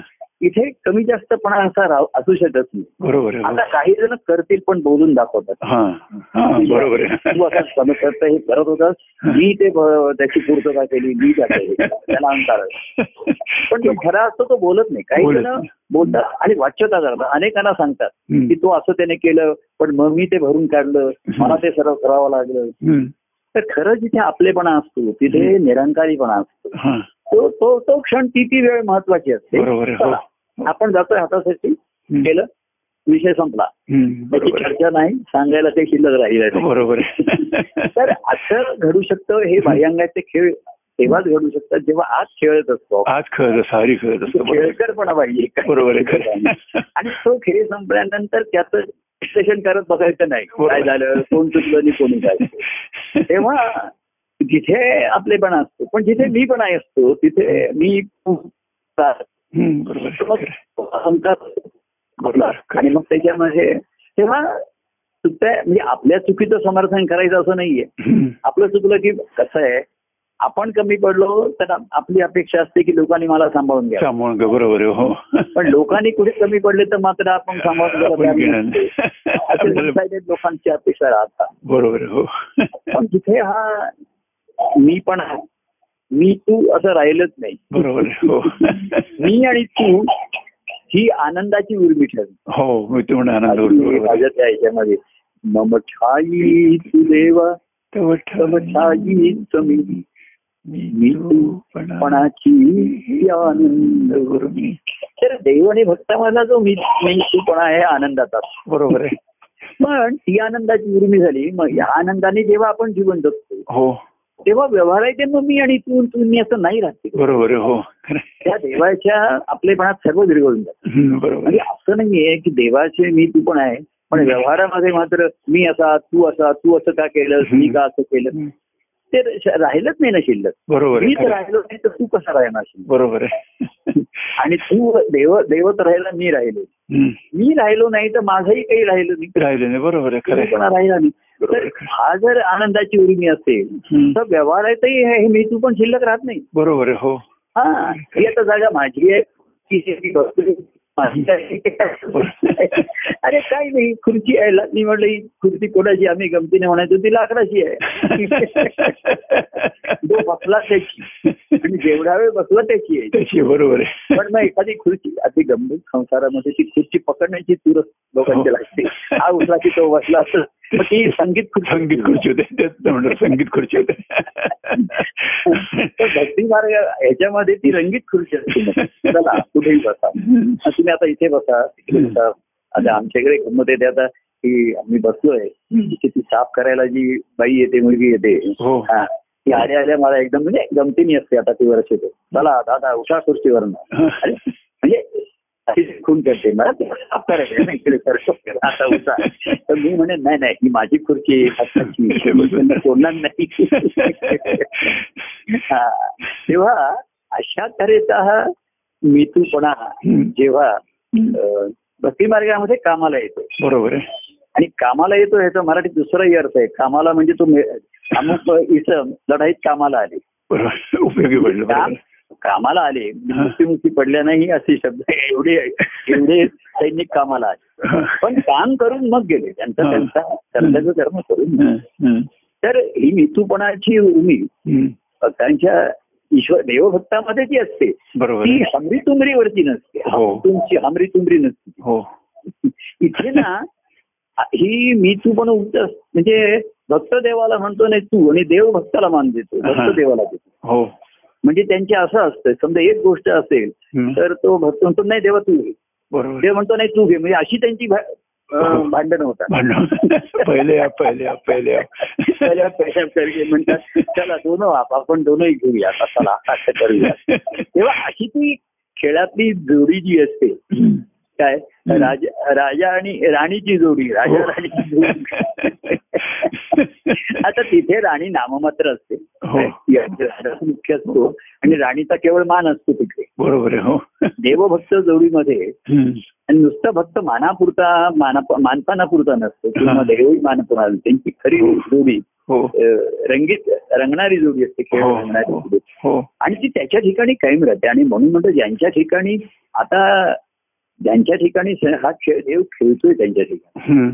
इथे कमी जास्तपणा असा राव असू शकत नाही
बरोबर आहे. हो.
आता काही जण करतील पण बोलून दाखवतात
हा हा बरोबर आहे.
तू असं कमी करत हे करत होतास मी ते भ- त्याची पूर्तता केली मी त्याचं हे केलं. त्याला अंतर आहे. पण तो खरा असतो तो बोलत नाही काही
बोलत
जण
नाही.
बोलतात आणि वाच्यता करतात अनेकांना सांगतात
हम्म.
की तो असं त्याने केलं पण मग मी ते भरून काढलं मला ते सर्व करावं लागलं
हम्म.
तर खरं जिथे आपलेपणा असतो तिथे निरंकारीपणा असतो
हा.
तो तो तो क्षण किती वेळ महत्वाची असते
बरोबर आहे. हो.
चला, आपण जातोय हातासाठी
हम्म.
केलं विषय संपला
हम्म.
त्याची
बरोबर आहे.
चर्चा नाही सांगायला काही शिल्लक राहिलं नाही
बरोबर आहे.
तर असं घडू शकतं हे बाह्यांगाचे खेळ तेव्हाच घडू शकतात जेव्हा आज खेळत असतो
आज खरं सारी खरं असतं बरोबर आहे.
खेळकरपणा पाहिजे
बरोबर आहे खरं
आणि तो खेळ संपल्यानंतर त्याचं विश्लेषण करत बघायचं नाही
बरोबर.
काय झालं कोण चुकलं आणि कोणी काय तेव्हा जिथे आपलेपणा असतो पण जिथे मी पण आहे असतो तिथे मी
हम्म, बरोबर आहे.
मग
खरं आहे.
अहंकार
बरोबर.
आणि मग त्याच्यामध्ये तेव्हा चुकत्या म्हणजे आपल्या चुकीचं समर्थन करायचं असं नाहीये
हम्म.
आपलं चुकलं की कसं आहे आपण कमी पडलो तर आप- आपली अपेक्षा असते की लोकांनी मला सांभाळून घ्या
त्यामुळं ग- बरोबर आहे हो
पण लोकांनी कुठे कमी पडले तर मात्र आपण सांभाळून घ्यायला
आपण
तयार
घेणार
नसतो.
नाही.
असे
आपल्याला-
one-sided लोकांची अपेक्षा राहतात
बरोबर आहे, हो
पण तिथे हा मी पण आहे. मी तू असं राहिलंच नाही
बरोबर आहे, हो
मी आणि तू ही आनंदाची उर्मी ठरली
हो मी ते म्हणून आनंद होतो
अजूनही
बरोबर आहे.
माझ्या त्या ह्याच्यामध्ये मम छाई तू देवा
तव
तम
ठाई
छाई समी
मी तूपणा
पणाची आनंद
उर्मी.
तर देव आणि भक्तामधला जो मी मी तूपणा आहे आनंदाचा
बरोबर आहे
पण ती आनंदाची उर्मी झाली मग या आनंदाने जेव्हा आपण जीवन जगतो
हो
तेव्हा व्यवहार आहे ते मग मी आणि तू तू मी असं नाही राहते
बरोबर आहे हो खरं आहे.
त्या देवाच्या आपलेपणात सर्व विरघळून जातो
हम्म, बरोबर
म्हणजे
आहे.
असं नाहीये की देवाचे मी तू पण आहे पण व्यवहारामध्ये मात्र मी असा तू असा तू असं का केलं मी का असं केलं
हम्म,
ते श- राहिलंच नाही ना शिल्लक
बरोबर
मी
आहे
तर
खरं आहे.
राहिलो नाही तर तू कसा राहणार शिल्लक
बरोबर आहे
आणि तू देव देवत राहिला मी राहिलो
हम्म,
मी राहिलो नाही तर माझंही काही राहिलं नाही
राहिले नाही बरोबर आहे खरं
कोणा
आहे.
राहिला नाही
बरोबर
तर
आहे, खरं.
हा जर आनंदाची उर्मी असेल
हम्म,
तर व्यवहारातही हे हे मी तू पण शिल्लक राहत नाही
बरोबर आहे हो
हा ही आता जागा माझी आहे ती शेती करतोय. माझी काय- अरे काही नाही खुर्ची आहे ला- मी म्हटलं ही खुर्ची कोणाची आम्ही गमतीने म्हणायचो ती लाकडाची आहे जो बसला त्याची आणि जेवढा वेळ बसला त्याची आहे
त्याची बरोबर आहे
पण मग एखादी खुर्ची अति गंभीर संसारामध्ये ती खुर्ची पकडण्याची चूर लोकांची
हो.
लागते हा उठला की तो बसला असं मग ती संगीत खुर्ची
संगीत खुर्ची होते तेच तर म्हणलं संगीत खुर्ची होते
तर भक्ती मार्ग ह्याच्यामध्ये ती रंगीत खुर्ची असते मग. चला कुठेही बसा मग तुम्ही आता इथे बसा तिकडे बसा आता आमच्याकडे गंमत येते आता की आम्ही बसलोय तिथे ती साफ करायला जी बाई येते मुलगी येते
हो
हा, ती आल्या आल्या मला एकदम म्हणजे गमतीनी असते आता ती वर्ष येते चला दादा उषा कुर्तीवरनं अरे, म्हणजे अशी खून करते मला ते साफ करायचं नाही इकडे करतो. आता उषा तर मी म्हणे नाही नाही ही माझी खुर्ची आहे, हाताची. मी त्यांना सोडणार नाही हा. तेव्हा अशा तऱ्हेचा हा मितूपणा
हम्म.
जेव्हा अ, भक्ती मार्गामध्ये कामाला येतो
बरोबर आहे
आणि कामाला येतो ह्याचा मराठीत दुसराही अर्थ आहे कामाला म्हणजे तो मे- अमुक इसम लढाईत कामाला आले
बरोबर उपयोगी पडलं
काम
बरोबर.
कामाला आले मृत्युमुखी पडल्या नाही असे शब्द आहे. एवढे एवढे सैनिक कामाला आले पण काम करून मग गेले त्यांचा
हा.
त्यांचा कर्तव्य धर्म करून
हं, हं,
तर ही मितूपणाची उर्मी
हं.
भक्तांच्या ईश्वर देवभक्तामध्ये जी असते
बरोबर
ती
आहे.
हमरी तुमरीवरती नसते
हो.
तुमची हमरी तुमरी नसते
हो
इथे ना ही मी तू पण उगत म्हणजे भक्त देवाला म्हणतो नाही तू आणि देव भक्ताला मान देतो
हा.
भक्त देवाला देतो
हो
म्हणजे त्यांचे असं असतं समजा एक गोष्ट असेल
हं.
तर तो भक्त म्हणतो नाही देवा तू घे
बरोबर
देव म्हणतो नाही तू घे म्हणजे अशी त्यांची भा-
हो.
अं, भांडणं होतात
भांडण पहिले या पहिले या पहिले या
पहिल्या पहिल्या करके म्हणतात चला दोन आप आपण दोनही घेऊया आता चला असं करूया तेव्हा अशी ती खेळातली जोडी जी असते
हं.
काय
हं.
राजा राजा आणि राणीची जोडी
हो.
राजा राणीची जोडी आता तिथे राणी नाममात्र असते
हो.
याचं राजाच मुख्य असतो आणि राणीचा केवळ मान असतो तिथे
बरोबर आहे हो
देवभक्त जोडीमध्ये
हं.
आणि नुसतं भक्त मानापुरता माना- मानपानापुरता नसतो किंवा
हा.
देवही मानपुरा त्यांची खरी
हो.
जोडी
हो
अं, रंगीत रंगणारी जोडी असते
हो.
केवळ रंगणारी जोडी
हो
आणि ती त्याच्या ठिकाणी कायम राहते आणि म्हणून म्हणतो ज्यांच्या ठिकाणी आता ज्यांच्या ठिकाणी स- हा खेळ देव खेळतोय त्यांच्या ठिकाणी
हं.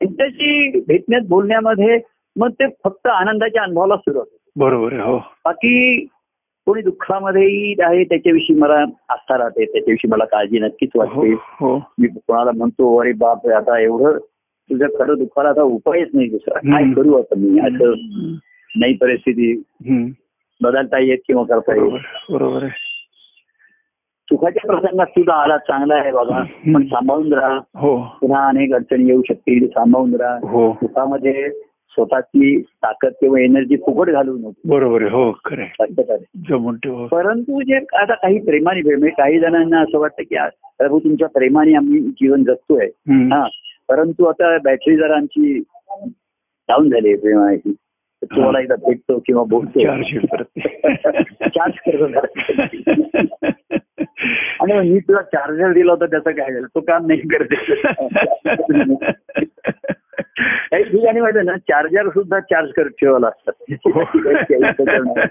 त्यांच्याशी भेटण्यात बोलण्यामध्ये मग ते फक्त आनंदाच्या अनुभवाला सुरुवात होते
बरोबर आहे हो
बाकी कोणी दुःखामध्येही आहे त्याच्याविषयी मला आस्था राहते त्याच्याविषयी मला काळजी नक्कीच
हो
वाटते
हो
मी कोणाला म्हणतो अरे बाप रे आता एवढं तुझं खरं दुःखाला आता उपायच नाही दुसरा काय
हम्म.
करू आता मी असं नाही परिस्थिती
हं.
बदलता येत किंवा करता येत
बरोबर बरोबर आहे
सुखाच्या प्रसंगात सुद्धा आला चांगला आहे बाबा
हम्म.
पण सांभाळून राहा
हो
पुन्हा अनेक अडचणी येऊ शकतील सांभाळून राहा
हो
सुखामध्ये स्वतःची ताकद किंवा एनर्जी फुकट घालू नको
बरोबर आहे हो खरं आहे.
शक्यता नाही.
जमून ठेव हो.
परंतु जे आता काही प्रेमाने भेट म्हणजे काही जणांना असं वाटतं की आ- प्रभू तुमच्या प्रेमाने आम्ही जीवन जगतोय
हं.
हा परंतु आता बॅटरी जरा आमची डाऊन झाली आहे प्रेमाची तर तुम्हाला एकदा भेटतो किंवा बोलतो
चारशे परत
चार्ज करतो जरा. आणि मग मी तुला चार्जर दिला होता त्याचं काय झालं तो काम नाही करते काही ठिकाणी माहिती ना चार्जर सुद्धा चार्ज करत ठेवायला
हो.
असतात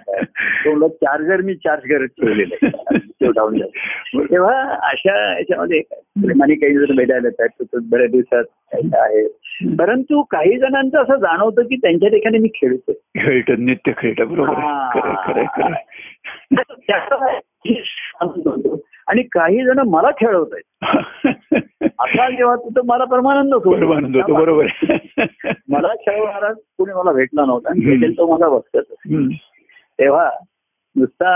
तो चार्जर मी चार्ज करत ठेवलेलं आहे. तो डाऊन झाला तेव्हा अशा याच्यामध्ये प्रेमाने काही जण भेटायला येतात तर बऱ्याच दिवसात यायचं आहे परंतु काही जणांचं असं जाणवतं की त्यांच्या ठिकाणी मी खेळतोय
खेळत नित्य खेळत बरोबर आहे. खरं आहे, खरं आहे, खरं आहे.
त्याचा आनंद होतो. आणि काही जण मला खेळवत आहेत असा जेव्हा तिथं मला परमानंद होतो
परमानंद होतो बरोबर आहे.
मला खेळवणारा कोणी मला भेटला नव्हता आणि
हम्म.
भेटेल तो मला बघतच होता.
हम्म.
तेव्हा नुसता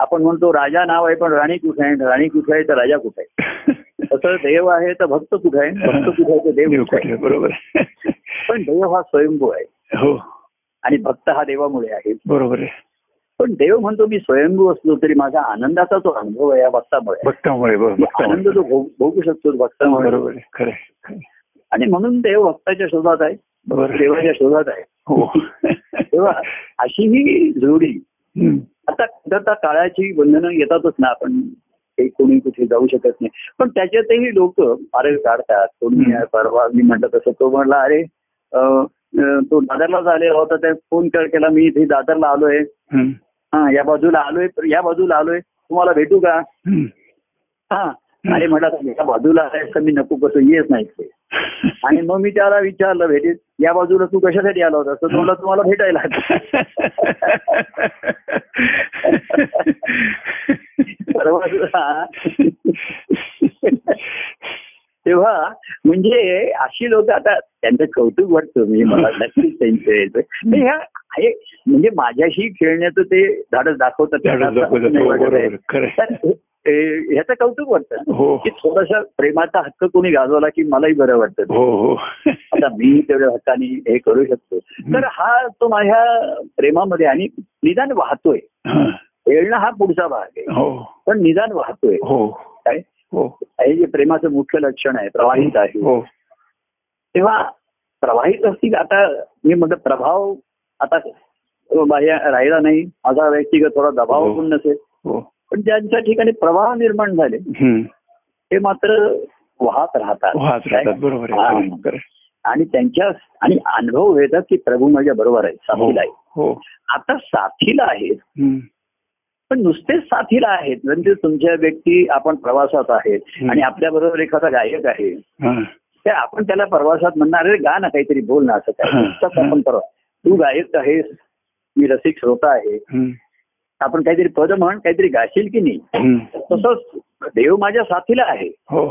आपण म्हणतो राजा नाव आहे पण राणी कुठे आहे राणी कुठे आहे तर राजा कुठे आहे तसं देव आहे तर भक्त कुठे आहे भक्त कुठे आहे तर देव
देव
कुठे
कुठे
आहे
आहे, बरोबर आहे.
पण देव हा स्वयंभू आहे
हो
आणि भक्त हा देवामुळे आहे
बरोबर आहे
पण देव म्हणतो मी स्वयंभू असलो तरी माझा आनंदाचा जो अनुभव आहे या भक्तामुळे आहे.
भक्तामुळे बरोबर,
मी
भक्तामुळे.
आनंद जो भोग- भोगू शकतो भक्तामुळे
बरोबर आहे खरं आहे, खरं आहे.
आणि म्हणून देव भक्ताच्या शोधात आहे
बरोबर आहे.
देवाच्या शोधात आहे
हो
तेव्हा अशी ही जोडी
हम्म.
आता आता काळाची बंधनं येतातच ना आपण काही कोणी कुठे जाऊ शकत नाही पण त्याच्यातही लोक मार्ग काढतात कोणी
हम्म.
परवा मी म्हटलं तसं तो म्हणला अरे अं, अं, तो दादरला आलेला होता त्या फोन कर केला मी इथे दादरला आलोय
हम्म.
हा या बाजूला आलोय या बाजूला आलोय तुम्हाला भेटू का
हम्म.
हा अरे म्हटलं "तुम्ही या बाजूला आलाय तर मी नको कसं येत नाही इथे." आणि मग मी त्याला विचारलं भेटीत या बाजूला तू कशासाठी आला होता तर तो म्हणला, तुम्हाला भेटायला परवा तेव्हा म्हणजे अशी लोक आता त्यांचं कौतुक वाटतं मी मला नक्कीच त्यांचं याचं. तर ह्या हे म्हणजे माझ्याशी खेळण्याचं ते धाडस दाखवतात
त्यावेळेस
त्यांना असं
दाखवतात,
नाही
हो,
वाटत आहे.
बरोबर, खरं आहे.
तर हे- ए, ह्याचं कौतुक वाटतं
हो
की थोडासा प्रेमाचा हक्क कोणी गाजवला की मलाही बरं वाटतं
हो हो
आता मी तेवढ्या हक्काने हे करू शकतो तर हा तो माझ्या प्रेमामध्ये आणि निदान वाहतोय
हा.
येणं हा पुढचा भाग आहे
हो
पण निदान वाहतोय
हो
काय
हो
हे जे प्रेमाचं मुख्य लक्षण आहे प्रवाहित आहे
हो
तेव्हा प्रवाहित असतील आता मी म्हणतो प्रभाव आता बाह्य राहिला नाही माझा व्यक्तिगत थोडा दबाव
हो.
पण नसेल
हो
पण ज्यांच्या ठिकाणी प्रवाह निर्माण झाले
हम्म.
ते मात्र वाहत राहतात
वाहत राहतात बरोबर
हा.
आहे खरं आहे.
आणि त्यांच्या आणि अनुभव घेतात की प्रभू माझ्या बरोबर आहे
हो
साथीला आहे
हो
आता साथीला आहेत
हम्म.
पण नुसतेच साथीला आहेत म्हणजे तुमच्या व्यक्ती आपण प्रवासात आहेत
हं.
आणि आपल्या बरोबर एखादा गायक आहे
हा.
तर आपण त्याला प्रवासात म्हणणार अरे गा ना काहीतरी बोल ना असं काय
हं.
तसं आपण परवा तू गायक आहेस मी रसिक श्रोता आहे
हम्म.
आपण काहीतरी पद म्हण काहीतरी गाशील की नाही
हम्म.
तसंच देव माझ्या साथीला आहे
हो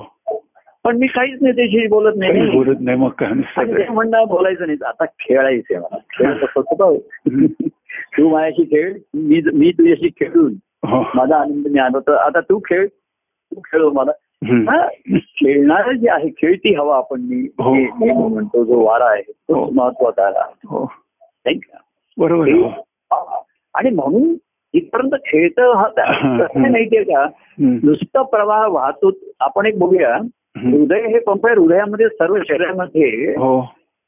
पण मी काहीच नाही त्याशी बोलत
काही
नाही
बोलत नाही मग काय
आणि ते
नुसतं
म्हणणं बोलायचं नाही आता खेळायचं आहे मला खेळ कसं होतं भाऊ?
हम्म,
तू माझ्याशी खेळ मी मी तुझ्याशी खेळून
हो
माझा आनंद मी आणतो आता तू खेळ तू खेळ मला
हम्म.
हा, खेळणारं जे आहे खेळती हवा आपण मी
हो.
हे- हे म्हणतो जो वारा आहे तो
हो.
महत्वाचा आहे.
हो
नाही का?
बरोबर आहे, हो.
हे- आणि म्हणून इथपर्यंत खेळत
हा,
कसं
हा.
माहितीये का
हम्म.
नुसता प्रवाह वाहतो आपण एक बघूया
हम्म.
हृदय हे पंप आहे हृदयामध्ये सर्व शरीरामध्ये
हो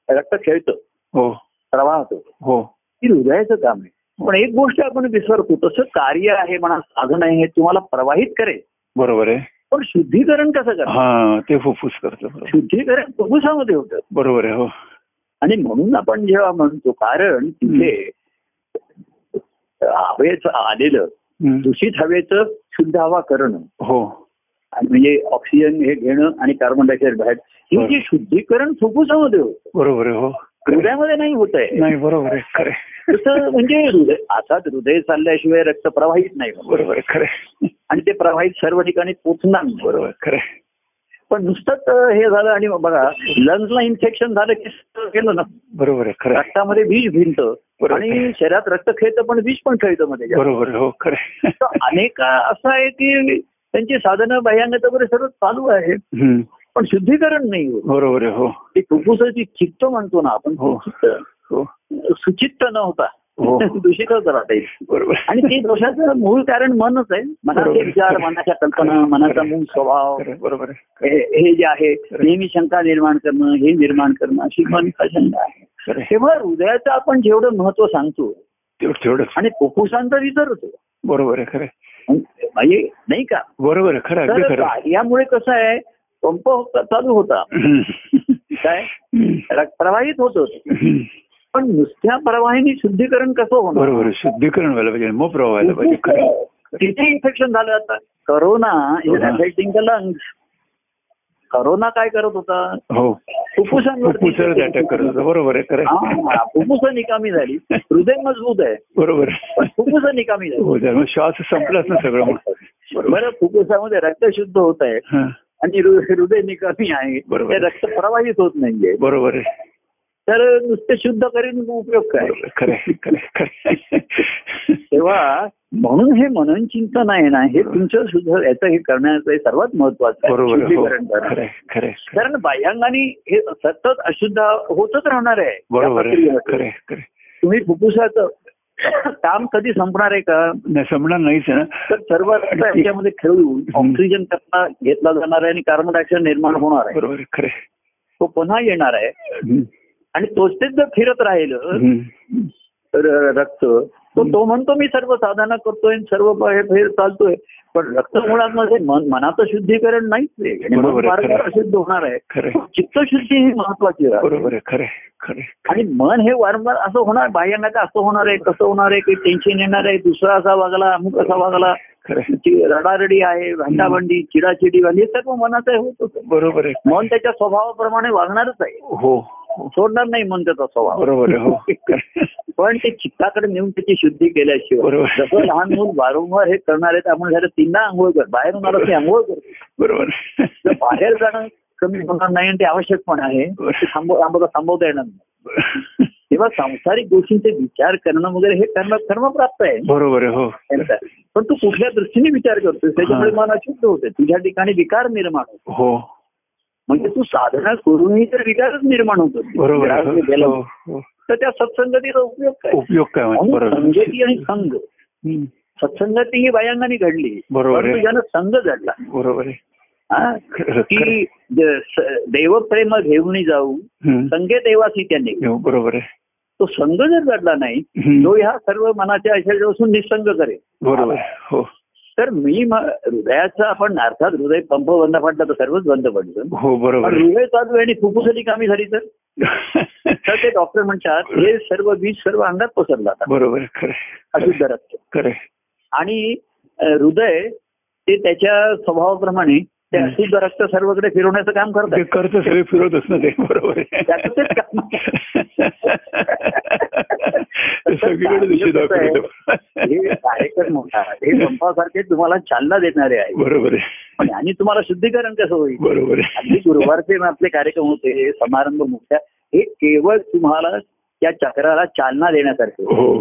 रक्त खेळतं
हो
प्रवाह होतो
हो
ही हृदयाचं काम आहे पण एक गोष्ट आपण विसरतो तसं कार्य आहे म्हणा साधन आहे हे तुम्हाला प्रवाहित करेल
बरोबर आहे
पण शुद्धीकरण कसं करतं
हा ते फुफ्फुस करतो बरोबर.
शुद्धीकरण फुफ्फुसामध्ये होतं
बरोबर आहे हो
आणि म्हणून आपण जेव्हा म्हणतो कारण तिथे हवेचं आलेलं
हम्म.
दूषित हवेचं शुद्ध हवा करणं
हो
आणि म्हणजे ऑक्सिजन हे घेणं आणि कार्बन डायऑक्साईड बाहेर हे जे शुद्धीकरण फुफ्फुसामध्ये होतं
बरोबर आहे हो
हृदयामध्ये नाही होत आहे
नाही बरोबर आहे खरे
तसं म्हणजे हृदय आता हृदय चालल्याशिवाय रक्त प्रवाहित नाही होत.
बरोबर आहे खरे
आणि ते प्रवाहित सर्व ठिकाणी पोचणार नाही.
बरोबर खरे
पण नुसतंच अं, हे झालं आणि बघा लंग्सला इन्फेक्शन झालं की सगळं गेलं ना
बरोबर आहे खरं आहे.
रक्तामध्ये विष भिनतं
बरोबर.
आणि शरीरात रक्त खेळतं पण विष पण खेळतं मध्ये
बरोबर आहे, हो खरे
तर अनेक असं आहे की त्यांची साधनं बाह्यांगत वगैरे सर्व चालू आहे
हम्म.
पण शुद्धीकरण नाही होत
बरोबर आहे हो
ती फुफ्फुसाची चित्त म्हणतो ना आपण
हो.
चित्त
हो
सुचित्त न होता
हो.
दूषितच राहता येईल
बरोबर
आणि ते दोषाचं मूळ कारण मनच आहे मनाचे
बरोबर.
विचार मनाच्या कल्पना
खरं.
मनाचा
खरं.
मूळ स्वभाव
खरं, बरोबर आहे
हे हे जे आहे नेहमी शंका निर्माण करणं हे निर्माण करणं अशी मन शंका आहे
खरं आहे.
तेव्हा हृदयाचं आपण जेवढं महत्व सांगतो
तेवढं- तेवढंच
आणि फुफ्फुसांचा विसरतो
बरोबर आहे खरं आहे.
म्हणजे नाही का
बरोबर आहे खरं अगदी
तर
खरं
यामुळे कसं आहे पंप होता- चालू होता
हम्म.
काय
हम्म.
रक्त प्रवाहित होत होते
हम्म.
पण नुसत्या प्रवाहीने शुद्धीकरण कसं होणार
बरोबर आहे. शुद्धीकरण व्हायला पाहिजे मग प्रवाह व्हायला पाहिजे खरं आहे.
तिथे इन्फेक्शन झालं आता करोना इज
हा.
अफेक्टिंग द लंग्स करोना काय करत होता
हो
फुफ्फुसांवर
फुफ्फुसावर अटॅक करत होता बरोबर आहे खरं आहे.
हा, फुफ्फुस निकामी झाली हृदय मजबूत आहे
बरोबर
पण
आहे.
फुफ्फुस निकामी झाली
हो तर मग श्वास संपलाच ना सगळं मग बरोबर
बरं फुफ्फुसामध्ये रक्त शुद्ध होत आहे
हा.
आणि हृ- हृदय निकामी आहे
बरोबर.
ते रक्त प्रवाहित होत नाहीये
बरोबर आहे
तर नुसते शुद्ध करीन उपयोग काय
बरोबर आहे. खरं आहे. खरं आहे. खरं आहे.
तेव्हा म्हणून हे मनन चिंतन आहे ना हे तुमचं शुद्ध याचं हे करण्याचं हे सर्वात महत्वाचं आहे.
बरोबर आहे. हो.
शुद्धीकरण करणं.
खरं आहे. खरं आहे. खरं आहे.
कारण बाह्यांगाने हे सतत अशुद्ध होतच राहणार आहे या
बरोबर आहे
प्रक्रियेमध्ये.
खरं आहे. खरं आहे.
तुम्ही फुफ्फुसाचं काम कधी संपणार आहे का
नाही संपणार नाहीच आहे ना
तर सर्व रक्त याच्यामध्ये खेळून ऑक्सिजन त्यातला घेतला जाणार आहे आणि कार्बन डायऑक्साईड निर्माण होणार आहे
बरोबर आहे. खरं आहे.
तो पुन्हा येणार आहे
हम्म.
आणि तोच तेच जर फिरत राहिलं
हम्म.
र- रक्त तो तो म्हणतो मी सर्व साधना करतोय आणि सर्व ब- हे फेर चालतोय पण रक्त मुळामध्ये मन मनाचं शुद्धीकरण नाहीच आहे आणि मन
बरोबर आहे,
फार
खरं.
अशुद्ध होणार आहे
खरं.
चित्तशुद्धी ही महत्वाची आहे.
बरोबर आहे खरं आहे. खरं आहे.
आणि मन हे वारंवार असं होणार बाह्यांना असं होणार आहे कसं होणार आहे काही टेन्शन येणार आहे दुसरा असा वागला अमुक असा वागला
खरं आहे.
ती रडारडी आहे भांडाभांडी चिडाचिडी वाली हे सर्व मनाचं हे होत होतं
बरोबर आहे
मन त्याच्या स्वभावाप्रमाणे वागणारच आहे
हो हो.
सोडणार नाही मन त्याचा स्वभाव
बरोबर आहे हो खरं आहे.
पण ते चित्ताकडे नेऊन त्याची शुद्धी केल्याशिवाय
बरोबर.
जसं लहान मुलं वारंवार हे करणार आहेत आपण झालं तीनदा आंघोळ कर बाहेर होणार असते आंघोळ कर
बरोबर
तर बाहेर जाणं कमी होणार नाही आणि ते आवश्यक पण आहे ते थांबव आम्हाला थांबवता येणार नाही तेव्हा सांसारिक गोष्टींचे विचार करणं वगैरे हे कर्म कर्मप्राप्त आहे
बरोबर आहे हो
त्यांचं. पण तू कुठल्या दृष्टीने विचार करतोय त्याच्यामुळे
हा.
मन अशुद्ध होते तुझ्या ठिकाणी विकार निर्माण होतो
हो
म्हणजे तू साधना करूनही तर विकारच निर्माण होतो
बरोबर
विराग
आहे.
गेला.
हो, हो.
तर त्या सत्संगतीचा उपयोग काय
उपयोग काय म्हणजे
म्हणून
बरोबर
संगती आणि संघ
हम्म.
सत्संगती ही बायांनी घडली
बरोबर आहे.
परंतु ज्यानं संघ जडला
बरोबर आहे
हा?
खरं-
की द- स- देवप्रेम घेऊन जाऊ
हम्म.
संगे देवासी त्यांनी
हो, बरोबर आहे
तो संघ जर घडला नाही
हम्म.
जो ह्या सर्व मनाच्या असून निसंग करेल
बरोबर आहे. हो
तर मी म- हृदयाचं आपण अर्थात हृदय पंप बंद पडला तर सर्वच बंद पडलं
हो बरोबर
पण
आहे.
हृदय चालू आहे आणि फुफ्फुसाची कामी झाली तर तर ते डॉक्टर म्हणतात हे सर्व बीज सर्व अंगात पसरतात
बरोबर आहे. खरं आहे.
अशुद्ध रक्त
खरं आहे.
आणि अ, हृदय ते त्याच्या स्वभावाप्रमाणे ते अशुद्ध रक्त सर्वकडे फिरवण्याचं काम
ते
करतात
करत सगळे फिरवतच ना ते बरोबर आहे
त्याचं तेच काम
ते सगळीकडे दिशे दाखवतो
हे कार्यक्रम होणार हे संपासारखे तुम्हाला चालना देणारे आहे
बरोबर आहे
पण आणि तुम्हाला शुद्धीकरण कसं होईल
बरोबर
अगदी
आहे
गुरुवारचे आपले कार्यक्रम होते समारंभ मोठ्या हे केवळ तुम्हाला त्या चक्राला चालना देण्यासारखे
हो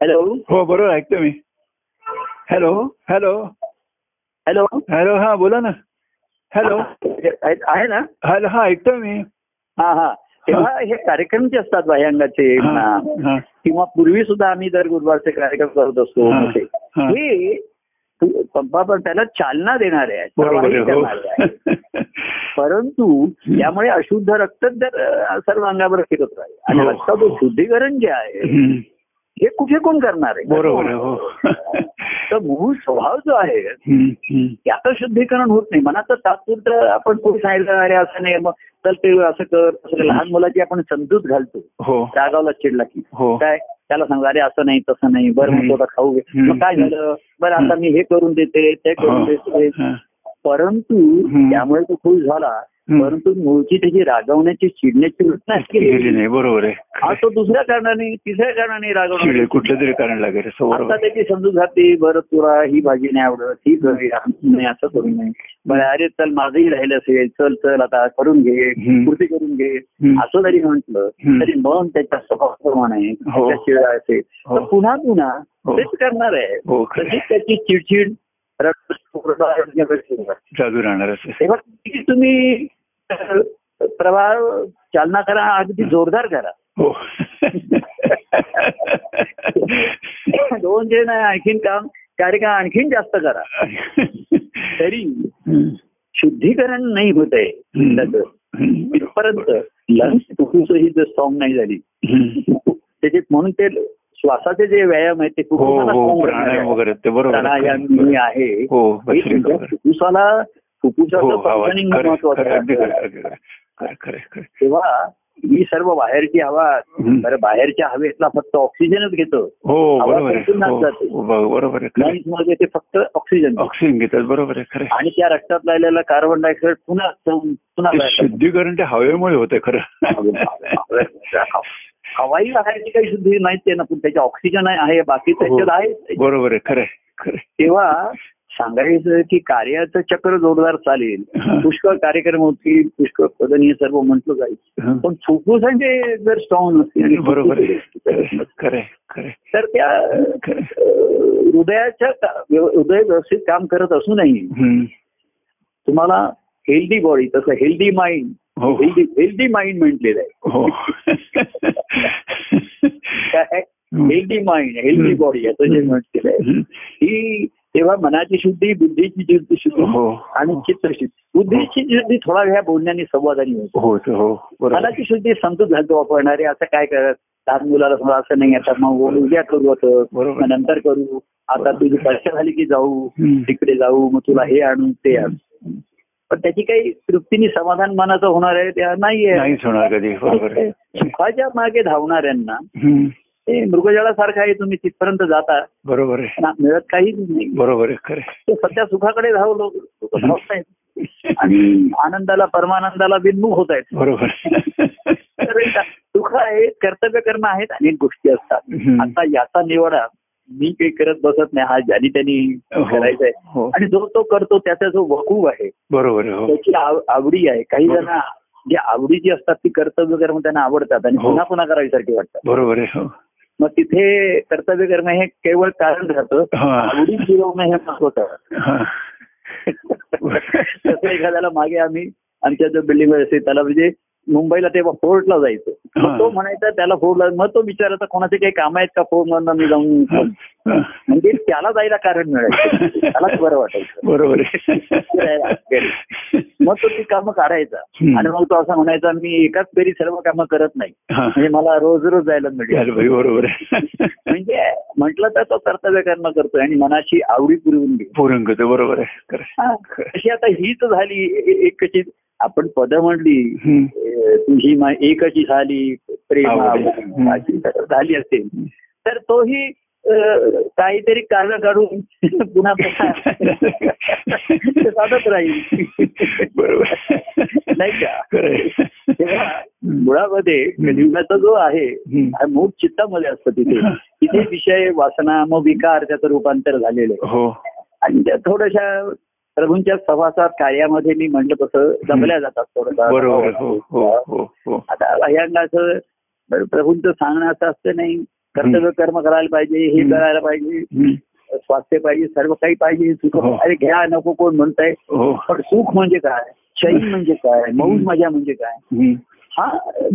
हॅलो
हो बरोबर ऐकतो मी हॅलो हॅलो
हॅलो
हॅलो हा बोला ना हॅलो
आहे ना
हॅलो हा ऐकतोय मी
हा हा तेव्हा हे कार्यक्रम जे असतात बाह्यांगाचे
हा,
म्हणा
हा.
किंवा पूर्वी सुद्धा आम्ही दर गुरुवारचे कार्यक्रम करत असतो
हा,
मोठे.
हा.
हे तु- पंपा पण त्याला चालना देणारे आहेत
बरोबर
प्रवाहित
आहे हो
करणारे आहेत. परंतु त्यामुळे अशुद्ध रक्त जर अ, सर्व अंगावर फिरत राहील आणि
हो.
रक्ताचं शुद्धीकरण जे आहे
हम्म.
हे कुठे कोण करणार आहे
बरोबर आहे हो
तर मूळ स्वभाव जो आहे
हम्म, हम्म.
त्याचं शुद्धीकरण होत नाही मनाचं तात्पुरतं आपण कोणी सांगितलं अरे असं नाही मग चल ते असं कर असं कर. लहान मुलाची आपण समजूत घालतो
हो
रागावला चिडला की
हो
काय त्याला सांगा अरे असं नाही तसं नाही बरं मग
हम्म.
थोडं खाऊ घे
हम्म.
मग काय झालं बरं आता मी हे करून देते ते करून देते
हो. हा.
परंतु
हम्म.
त्यामुळे तो खुश झाला
हम्म.
परंतु मूळची त्याची रागवण्याची चिडण्याची वृत्ती
गेली
असली
नाही बरोबर
हा
आहे
तो दुसऱ्या कारणाने तिसऱ्या कारणाने रागवणार
चिडे कुठलं तरी कारण लागेल असं बरोबर
आता
आहे.
त्याची समजूत घातली बरं तुला ही भाजी नाही आवडत ही करू नाही असं करू नाही बरं अरे चल माझंही राहिलं असेल चल चल आता करून घे
हम्म.
कृती करून घे
हम्म.
असं जरी म्हटलं
हम्म.
तरी मन त्याच्या स्वभावाप्रमाणे
हो.
त्याच्या शिळा असेल
हो.
तर पुन्हा पुन्हा
हो.
तेच करणार आहे
हो, खरं आहे.
तशीच त्याची चिडचिड रडरड, ओरडा, रडण्यापेक्षा होणार.
चालू राहणार असं
तेव्हा किती तुम्ही अ, प्रवाह चालना करा अगदी जोरदार करा
हो
दोन जे नाही आणखीन काम कार्यक्रम आणखीन जास्त करा तरी
हम्म.
शुद्धीकरण नाही होत आहे त्याचं.
हम्म.
इथपर्यंत लंग्स फुफ्फुस ही जर स्ट्रॉंग नाही झाली
हम्म.
त्याच्यात म्हणून ते श्वासाचे जे व्यायाम आहेत ते
हो
फुफ्फुसाला
हो
strong
प्राणायाम
करणारे
वगैरे ते बरोबर
प्राणायाम
आहे.
हे आहे
हो
हे
बसले
तुमच्या
बरोबर.
फुफ्फुसाला
हो
फुफ्फुसाचं
आवाज
functioning
खरं आहे,
महत्वाचं
खरं आहे, अगदी
आहे.
खरं आहे, अगदी खरं आहे. खरं आहे, खरं आहे, खरं आहे.
तेव्हा ही सर्व बाहेरची हवा
हम्म.
बरं बाहेरच्या हवेतला फक्त ऑक्सिजनच घेतो
हो
आवाज
बरोबर आहे
ऐकून
हो,
नाचतात.
हो, ब- बरोबर आहे खरं आहे.
लंग्स मध्ये ते फक्त ऑक्सिजन
ऑक्सिजन घेतात बरोबर आहे खरं आहे.
आणि त्या रक्तात लागलेला कार्बन डायऑक्साईड पुन्हा जाऊन- पुन्हा
ते
बाहेर टाकतो.
शुद्धीकरण ते हवेमुळे होते खरं
हवाई राहायची काही शुद्धी नाहीच आहे ना पण त्याच्या ऑक्सिजन आहे- आहे बाकी त्याच्यात आहे
बरोबर आहे खरं आहे, खरं आहे.
तेव्हा सांगायचं की कार्याचं चक्र जोरदार चालेल
हा.
पुष्कळ कार्यक्रम होतील पुष्कळ पदन हे सर्व म्हटलं जाईल
हं.
पण फुफ्फुसांचे जर स्ट्रॉंग नसतील आणि
बरोबर आहे खरं
फुफ्फुसे-
आहे, खरं आहे, खरं आहे.
तर त्या अं, हृदयाच्या का- व्यव- हृदय व्यवस्थित काम करत असूनही
हं.
तुम्हाला हेल्दी बॉडी तसं हेल्दी माइंड
हो
हेल्दी हेल्दी माइंड म्हटलेलं आहे
हो
काय
हं.
हेल्दी माइंड हेल्दी
हं.
बॉडी असं जे म्हटलेलं आहे
हं.
ही तेव्हा मनाची शुद्धी बुद्धीची शुद्धी शुद्धी
हो
आणि चित्रशुद्धी बुद्धीची शुद्धी थोडा वेळा बोलण्याने संवादाने होते
हो ते हो बरोबर
मनाची शुद्धी समजूत घालतो वापरणारे असं काय करत लहान मुलाला समजा असं नाही आता मग बोल, उद्या करू असं
बरोबर.
मग नंतर करू आता तुझी परीक्षा झाली की जाऊ
हं.
तिकडे जाऊ मग तुला हे आणू ते आणू पण त्याची काही तृप्तीने समाधान मनाचं होणार आहे त्या नाहीये
नाहीच होणार कधी बरोबर आहे
सुखाच्या मागे धावणाऱ्यांना
हं.
ते मृगजळासारखं आहे तुम्ही तिथपर्यंत जाता
बरोबर आहे
ना- मिळत काहीच नाही
बरोबर आहे खरं आहे.
ते सध्या सुखाकडे धावलो धावत नाहीत आणि आनंदाला परमानंदाला बिनमुख होत आहेत
बरोबर
तर एक सुख आहे कर्तव्य कर्म आहेत अनेक गोष्टी असतात
हं.
आता याचा निवडा मी काही करत बसत नाही हा ज्याने त्यांनी
हो.
करायचा आहे
हो
आणि जो तो करतो त्याचा जो वकूव आहे
बरोबर आहे हो
त्याची आव- आवडी आहे काही
बरोबर.
जण जी आवडी जी असतात ती कर्तव्य कर्म त्यांना आवडतात आणि
हो.
पुन्हा पुन्हा करायसारखी वाटतात
बरोबर आहे हो
मग तिथे कर्तव्य करणं हे केवळ कारण राहतं
हा
आवडी फिरवणं हे महत्वाचं
हा
तसं एखाद्याला मागे आम्ही आमच्या जो बिल्डिंग वर असे त्याला म्हणजे मुंबईला तेव्हा फोर्टला जायचं मग तो
हा.
म्हणायचा त्याला फोर्टला मग तो विचारायचा कोणाचे काही काम आहेत का फोर्ट मधनं मी जाऊन
हा. हा.
म्हणजे त्याला जायला कारण मिळायचं त्यालाच बरं वाटायचं
बरोबर आहे
मग तो ती कामं काढायचा
हम्म.
आणि मग तो असं म्हणायचा मी एकाच फेरी सर्व कामं करत नाही
हा.
म्हणजे मला रोज रोज जायला मिळेल
चालेल बाई, बरोबर आहे
म्हणजे म्हटलं तर तो कर्तव्य करणं करतोय आणि मनाची आवडी पुरवून घेतो
पूर्ण करतो बरोबर आहे खरं आहे.
हा. अशी आता हीच झाली ए- एक कशी आपण पदं म्हणली
हम्म.
अं, तुझी मा एकची झाली प्रेम
आवडी. हम्म.
अशी तर झाली असेल तर तोही अं, काहीतरी कारण काढून पुन्हा तसा- साधत राहील
बरोबर
नाही का?
खरं आहे.
तेव्हा मुळामध्ये जीवनाचा जो आहे
हम्म.
हा मूळ चित्तामध्ये असतं तिथे
हा.
तिथे विषय वासना मग विकार त्याचं रूपांतर झालेलं आहे
हो
आणि त्या थोड्याशा प्रभूंच्या सभासात कार्यामध्ये मी म्हणलं तसं जमल्या जातात
बरोबर हो हो
थोडंसं
हो हो
आता भयांना असं बर- प्रभूंचं सांगणं असं असतं नाही कर्तव्य कर्म करायला पाहिजे हे
हम्म.
करायला पाहिजे
हम्म.
स्वास्थ्य पाहिजे सर्व काही पाहिजे सुख
हो.
अरे घ्या नको कोण म्हणताय
हो
पण सुख म्हणजे काय शैन म्हणजे काय मौज
हम्म.
मजा म्हणजे काय
हम्म.
हा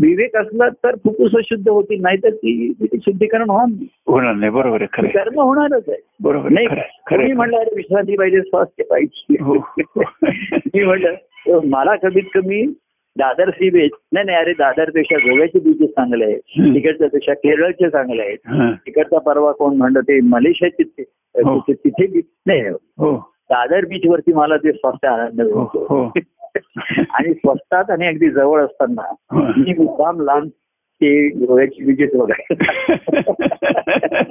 विवेक असला तर फुफ्फुस शुद्ध होतील नाहीतर ती ती शुद्धीकरण होणार नाही.
होणार नाही बरोबर आहे खरं आहे.
कर्म होणारच आहे
बरोबर आहे,
नाही
खरं
का?
आहे, खरं
कोणी
आहे.
म्हणलं अरे विश्रांती पाहिजे स्वास्थ्य
हो,
पाहिजे
हो.
मी म्हटलं मला कमीत कमी दादर सी बीच नाही नाही अरे दादरपेक्षा गोव्याचे बीचेस चांगले आहेत
हम्म.
तिकडच्या पेक्षा केरळचे चांगले आहेत
हा.
तिकडचा परवा कोण म्हणलं ते मलेशियाचे ते-
हो.
तिथे तिथे बीच नाही
हो
दादर बीच वरती मला ते स्वस्त आनंद
हो,
मिळतो
हो.
आणि स्वस्तात आणि अगदी जवळ असताना
हो.
मी मुद्दाम लांब ते गोव्याची बीचेस बघायला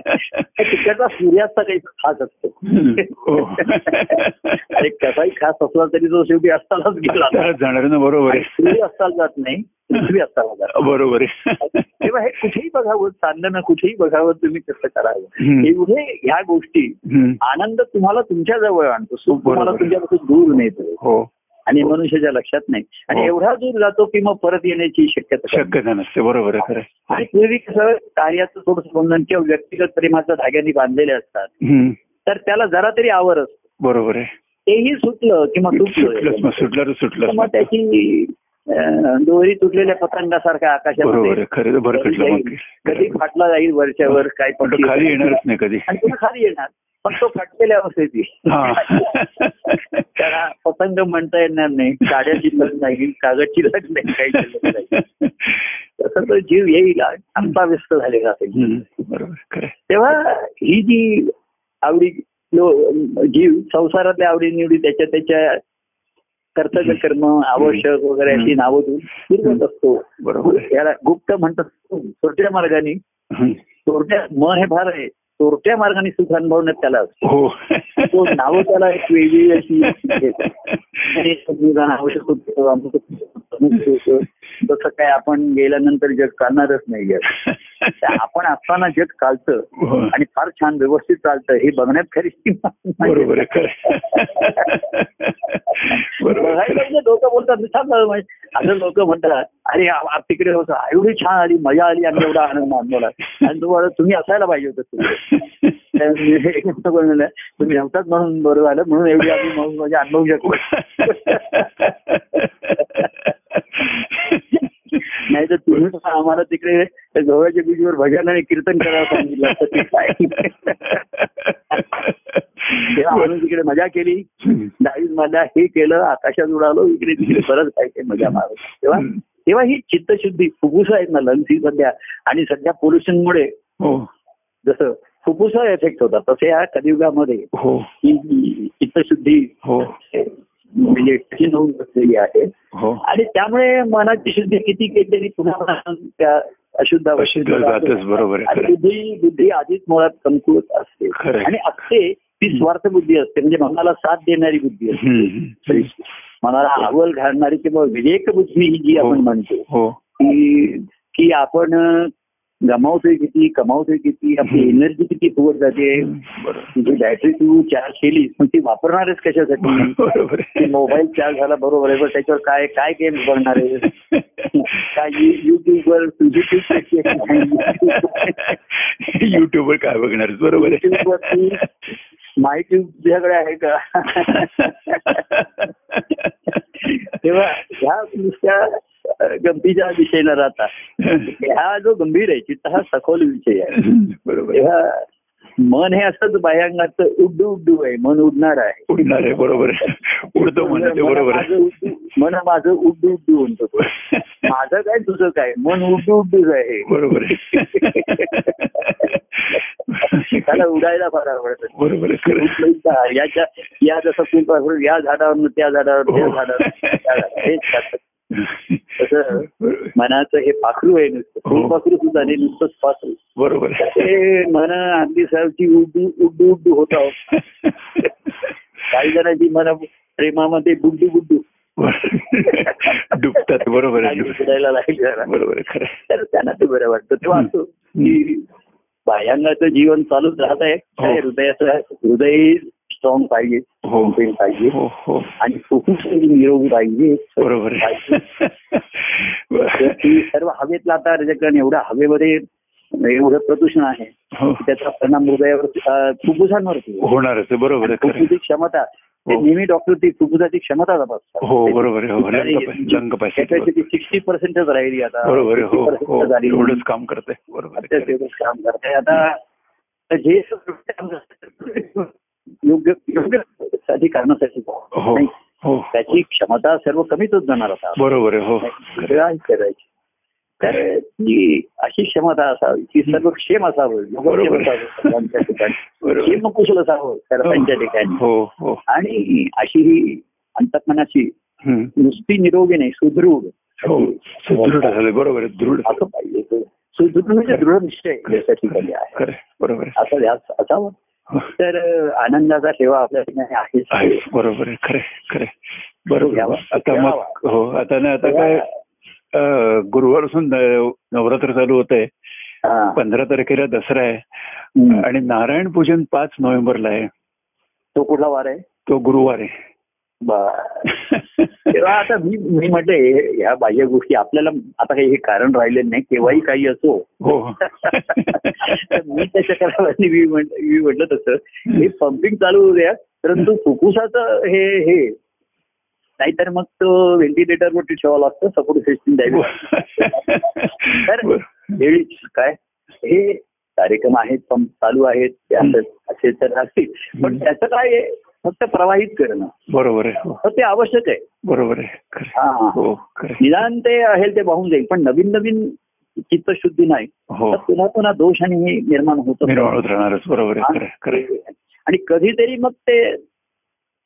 तिकडचा सूर्यास्त काही खास असतो
हम्म. हो.
अरे कसाही खास असला तरी तो शेवटी असतानाच गेला
आता जाणार ना बरोबर
आणि
आहे
सूर्य असताना जात नाही पृथ्वी असताना जात
बरोबर आहे
तेव्हा हे कुठेही बघावं चांदणं कुठेही बघावं तुम्ही कसं करावं
हम्म.
एवढे ह्या गोष्टी
हम्म.
आनंद तुम्हाला तुमच्या जवळ आणतो सुख
बरोबर.
तुम्हाला तुमच्यापासून दूर नेतो
हो
आणि मनुष्याच्या लक्षात नाही आणि
हो.
एवढा दूर जातो की मग परत येण्याची शक्यता नाही.
शक्यता नसते बरोबर आहे खरं आहे.
आणि पूर्वी कसं कार्याचं थोडंसं बंधन किंवा व्यक्तिगत प्रेमाच्या धाग्याने बांधलेले असतात
हम्म.
तर त्याला जरा तरी आवर असतो
बरोबर आहे
तेही सुटलं किंवा
सुटलंच
तुटलं
मग सुटलं तर सुटलंच
मग
मग.
त्याची अं, दोरी तुटलेल्या पतंगासारख्या
बरोबर
आकाशामध्ये
आहे खरं तर भरकटलं मग
जाईल. कधी फाटला जाईल वरच्यावर काय
पण
पण
तो खाली येणारच नाही कधी
आणि पुन्हा खाली येणार पण तो फाटलेल्या अवस्थेची
हा.
त्याला पतंग म्हणता येणार नाही काड्याची लग नाही कागदची लग नाही काही शिल्लक नाही. तसं तो जीव येईल आमचा व्यस्त झालेला असेल
हम्म. बरोबर खरं आहे.
तेव्हा ही जी आवडी लो- जीव संसारातल्या आवडीनिवडी त्याच्या त्याच्या कर्तव्य कर्म आवश्यक वगैरे अशी नावं देऊन फिरवत असतो
बरोबर आहे.
याला गुप्त म्हणतात सोरट्या मार्गाने
हम्म.
सोरट्या म हे फार आहे सोरट्या मार्गाने सुख अनुभवण्यात त्याला असतो.
हो
तो नावं त्याला एक वेगळी अशी आणि संविधान आवश्यक होतं, आमचं प्रमुख होतं. तसं काय आपण गेल्यानंतर जग चालणारच नाही जग तर आपण असताना जग चालतं
हो.
आणि फार छान व्यवस्थित चालतं हे बघण्यात खरी
बरोबर आहे खरं आहे. बरोबर आहे, खरं आहे.
लोक बोलतात छान झालं म्हणजे. असं लोक म्हणतात अरे आ- आ- तिकडे होतं आ, एवढी छान आली मजा आली आणि एवढा आनंद आम्हाला आणि तुम्हाला तुम्ही असायला पाहिजे होतं तिथे. तर मी हे एकमत बोललेलं आहे. तुम्ही नव्हतात म्हणून बरं झालं म्हणून एवढी आम्ही मौज मजा अनुभवू शकतो नाही तर तुम्ही पण आम्हाला तिकडे त्या गोव्याच्या बीचवर भजन आणि कीर्तन करायला सांगितलं असतं ते काय तेव्हा आम्ही तिकडे मजा केली डाळीत मजा हे केलं आकाशात उडालो इकडे तिकडे बरंच काय काय मजा मारलो तेव्हा
हम्म.
तेव्हा ही चित्तशुद्धी फुफ्फुस आहेत ना लंग्स ही सध्या आणि सध्या पोल्युशनमुळे
हो
जसं फुफ्फुसावर इफेक्ट होता तसे या कलियुगामध्ये
हो
ही ही चित्तशुद्धी
हो
म्हणजे कठीण होऊन बसलेली आहे
हो
आणि त्यामुळे मनाची शुद्धी किती केली तरी पुन्हा पुन्हा त्या अशुद्ध
अशुद्ध जातच बरोबर आहे
आणि
खरं
बुद्धी बुद्धी आधीच मुळात कमकुवत असते
खरं आहे.
आणि असते ती स्वार्थ बुद्धी असते म्हणजे मनाला साथ देणारी बुद्धी असते
हम्म.
मनाला आवल घालणारी किंवा विवेक बुद्धी ही जी
हो.
आपण म्हणतो
हो
की की आपण गमावतोय किती कमावतोय किती आपली
हम्म.
एनर्जी किती फुगत जाते
बरोबर
तुझी बॅटरी तू चार्ज केलीस पण ती वापरणारच कशासाठी
बरोबर
ते
आहे.
मोबाईल चार्ज झाला बरोबर आहे पण त्याच्यावर काय काय गेम बघणार आहे काय युट्यूबवर तुझी
युट्यूबवर काय बघणार बरोबर
YouTube वरती
आहे
माहिती तुझ्याकडे आहे का तेव्हा ह्या नुसत्या अ, गमतीच्या विषय न राहता हा जो गंभीर आहे चित्त हा सखोल विषय आहे
बरोबर आहे.
तेव्हा मन हे असंच बाह्यांगात उड्डू उड्डू आहे मन उडणार आहे
उडणार आहे बरोबर आहे. उडतो म्हणजे ते बरोबर
मन
आहे
माझं उड्डू- मन माझं उड्डू उड्डू म्हणतो तो. माझं काय तुझं काय मन उड्डू उड्डूच आहे
बरोबर आहे
त्याला उडायला फार आवडतं
बरोबर आहे खरं आहे.
याच्या या जसं पिंपळावर या झाडावर त्या झाडावर त्या
हो.
झाडावर त्या झाडावर. हेच खातं. तसं
बरोबर आहे.
मनाचं हे पाखरू आहे नुसतं
हो.
पाखरू सुद्धा नाही नुसतंच पाखरू
बरोबर आहे
ते मन अगदी साहेबची उड्डू उड्डू उड्डू होत आहोत काही जणांची मन प्रेमामध्ये बुड्डू बुड्डू
डुबतात बरोबर आहे
काही बुडायला लागली जरा
बरोबर आहे खरं आहे.
तर त्यांना ते बरं वाटतं तेव्हा
हं.
असं की बाह्यांगाचं जीवन चालूच राहत आहे काय हृदयाचं हृदय स्ट्रॉंग पाहिजे
हो
पेन पाहिजे
हो हो
आणि फुफ्फुस निरोगी पाहिजे
बरोबर आहे
तर ती सर्व हवेतला आता रजकरण एवढा हवेमध्ये एवढं प्रदूषण आहे की
हो.
त्याचा परिणाम हृदयावर अ, फुफ्फुसांवरती होतो.
होणारच आहे, हो, बरोबर आहे खरं आहे.
फुफ्फुसाची क्षमता ते
हो.
नेहमी डॉक्टर ती फुफ्फुसाची क्षमता तपासतात
हो बरोबर आहे हो रंग पाहिजे
कॅपॅसिटी सिक्स्टी पर्सेंटच राहिली आता
बरोबर आहे हो
60%
हो
झाली.
एवढंच काम करते बरोबर
आता
आहे, खरं आहे.
ते काम करते आता जे योग्य योग्य साठी कारणासाठी
हो
नाही,
हो
त्याची क्षमता सर्व कमीच होत जाणार आता
बरोबर आहे हो खरं आहे.
काय करायची तर ती अशी क्षमता असावी की सर्व क्षेम असावं योगक्षेम
बरोबर
असावं सर्वांच्या ठिकाणी
बरोबर आहे.
क्षेम कुशल असावं सर्वांच्या ठिकाणी
हो हो
आणि अशी ही अंतकमनाची
हम्म.
नुसती निरोगी नाही सुदृढ
हो सुदृढ झालं बरोबर आहे दृढ
असं पाहिजे ते. सुदृढ म्हणजे दृढ निश्चय याच्या ठिकाणी आहे
खरं आहे, बरोबर आहे.
असं ध्यास असावं
हो.
तर अ, आनंदाचा ठेवा आपल्या ठिकाणी
आहे
आहेच
बरोबर आहे खरे खरे बरोबर आहे.
यावा,
आता
यावा.
मग हो आता ना आता काय अं, गुरुवारपासून न- नवरात्र चालू होत आहे
हा.
पंधरा तारखेला दसरा आहे
हम्म.
आणि नारायण पूजन पाच नोव्हेंबरला आहे
तो कुठला वार आहे
तो गुरुवार आहे
बरं. तेव्हा आता मी मी म्हटलं हे- ह्या बाह्य गोष्टी आपल्याला आता काही हे कारण राहिले नाही केव्हाही काही असो
हो
तर मी त्याच्या कारणाने मी म्हंटल- मी म्हटलं तसं हे पंपिंग चालू होऊ द्या परंतु फुफ्फुसाचं हे हे नाहीतर मग तो व्हेंटिलेटर वरती ठेवावा लागतो सपोर्ट सिस्टीम द्यावी तर
हो. बरं.
वेळीच काय हे कार्यक्रम आहेत पंप चालू आहेत ते असं- असे तर असतील पण त्याचं काय आहे फक्त प्रवाहित करणं
बरोबर आहे हो
तर ते आवश्यक आहे
बरोबर आहे खरं आहे.
हा
हो खरं आहे.
निदान ते आहे ते वाहून जाईल पण नवीन नवीन चित्तशुद्धी नाही
हो
तर पुन्हा पुन्हा दोष आणि हे निर्माण होत
निर्माण होत राहणारच बरोबर आहे खरं आहे, खरं आहे.
आणि कधीतरी मग ते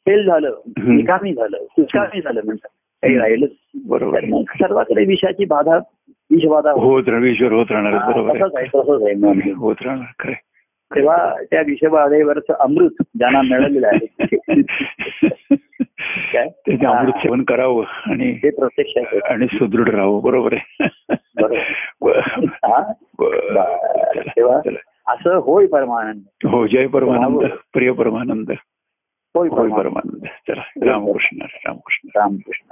फेल झालं
हम्म.
निकामी झालं कुचकामी झालं म्हणतात काही राहिलंच
बरोबर
तर
आहे.
मग सर्वाकडे विषाची बाधा विषबाधा
होत राहणार ईश्वर होत राहणारच
हा,
बरोबर
तसंच आहे तसंच आहे मग.
आहे होत राहणार खरं आहे.
तेव्हा त्या विषबाधेवरचं अमृत ज्यांना मिळालेलं आहे काय
त्याचे अमृत सेवन करावं आणि
ते प्रत्यक्षात आहे.
आणि सुदृढ राहावं बरोबर आहे ब-
हा?
ब- चला,
तेव्हा
चला.
असं होय परमानंद
हो जय परमानंद
राहावं.
प्रिय परमानंद
होय
होय
परमानंद
परमानंद चला रामकृष्ण रामकृष्ण
रामकृष्ण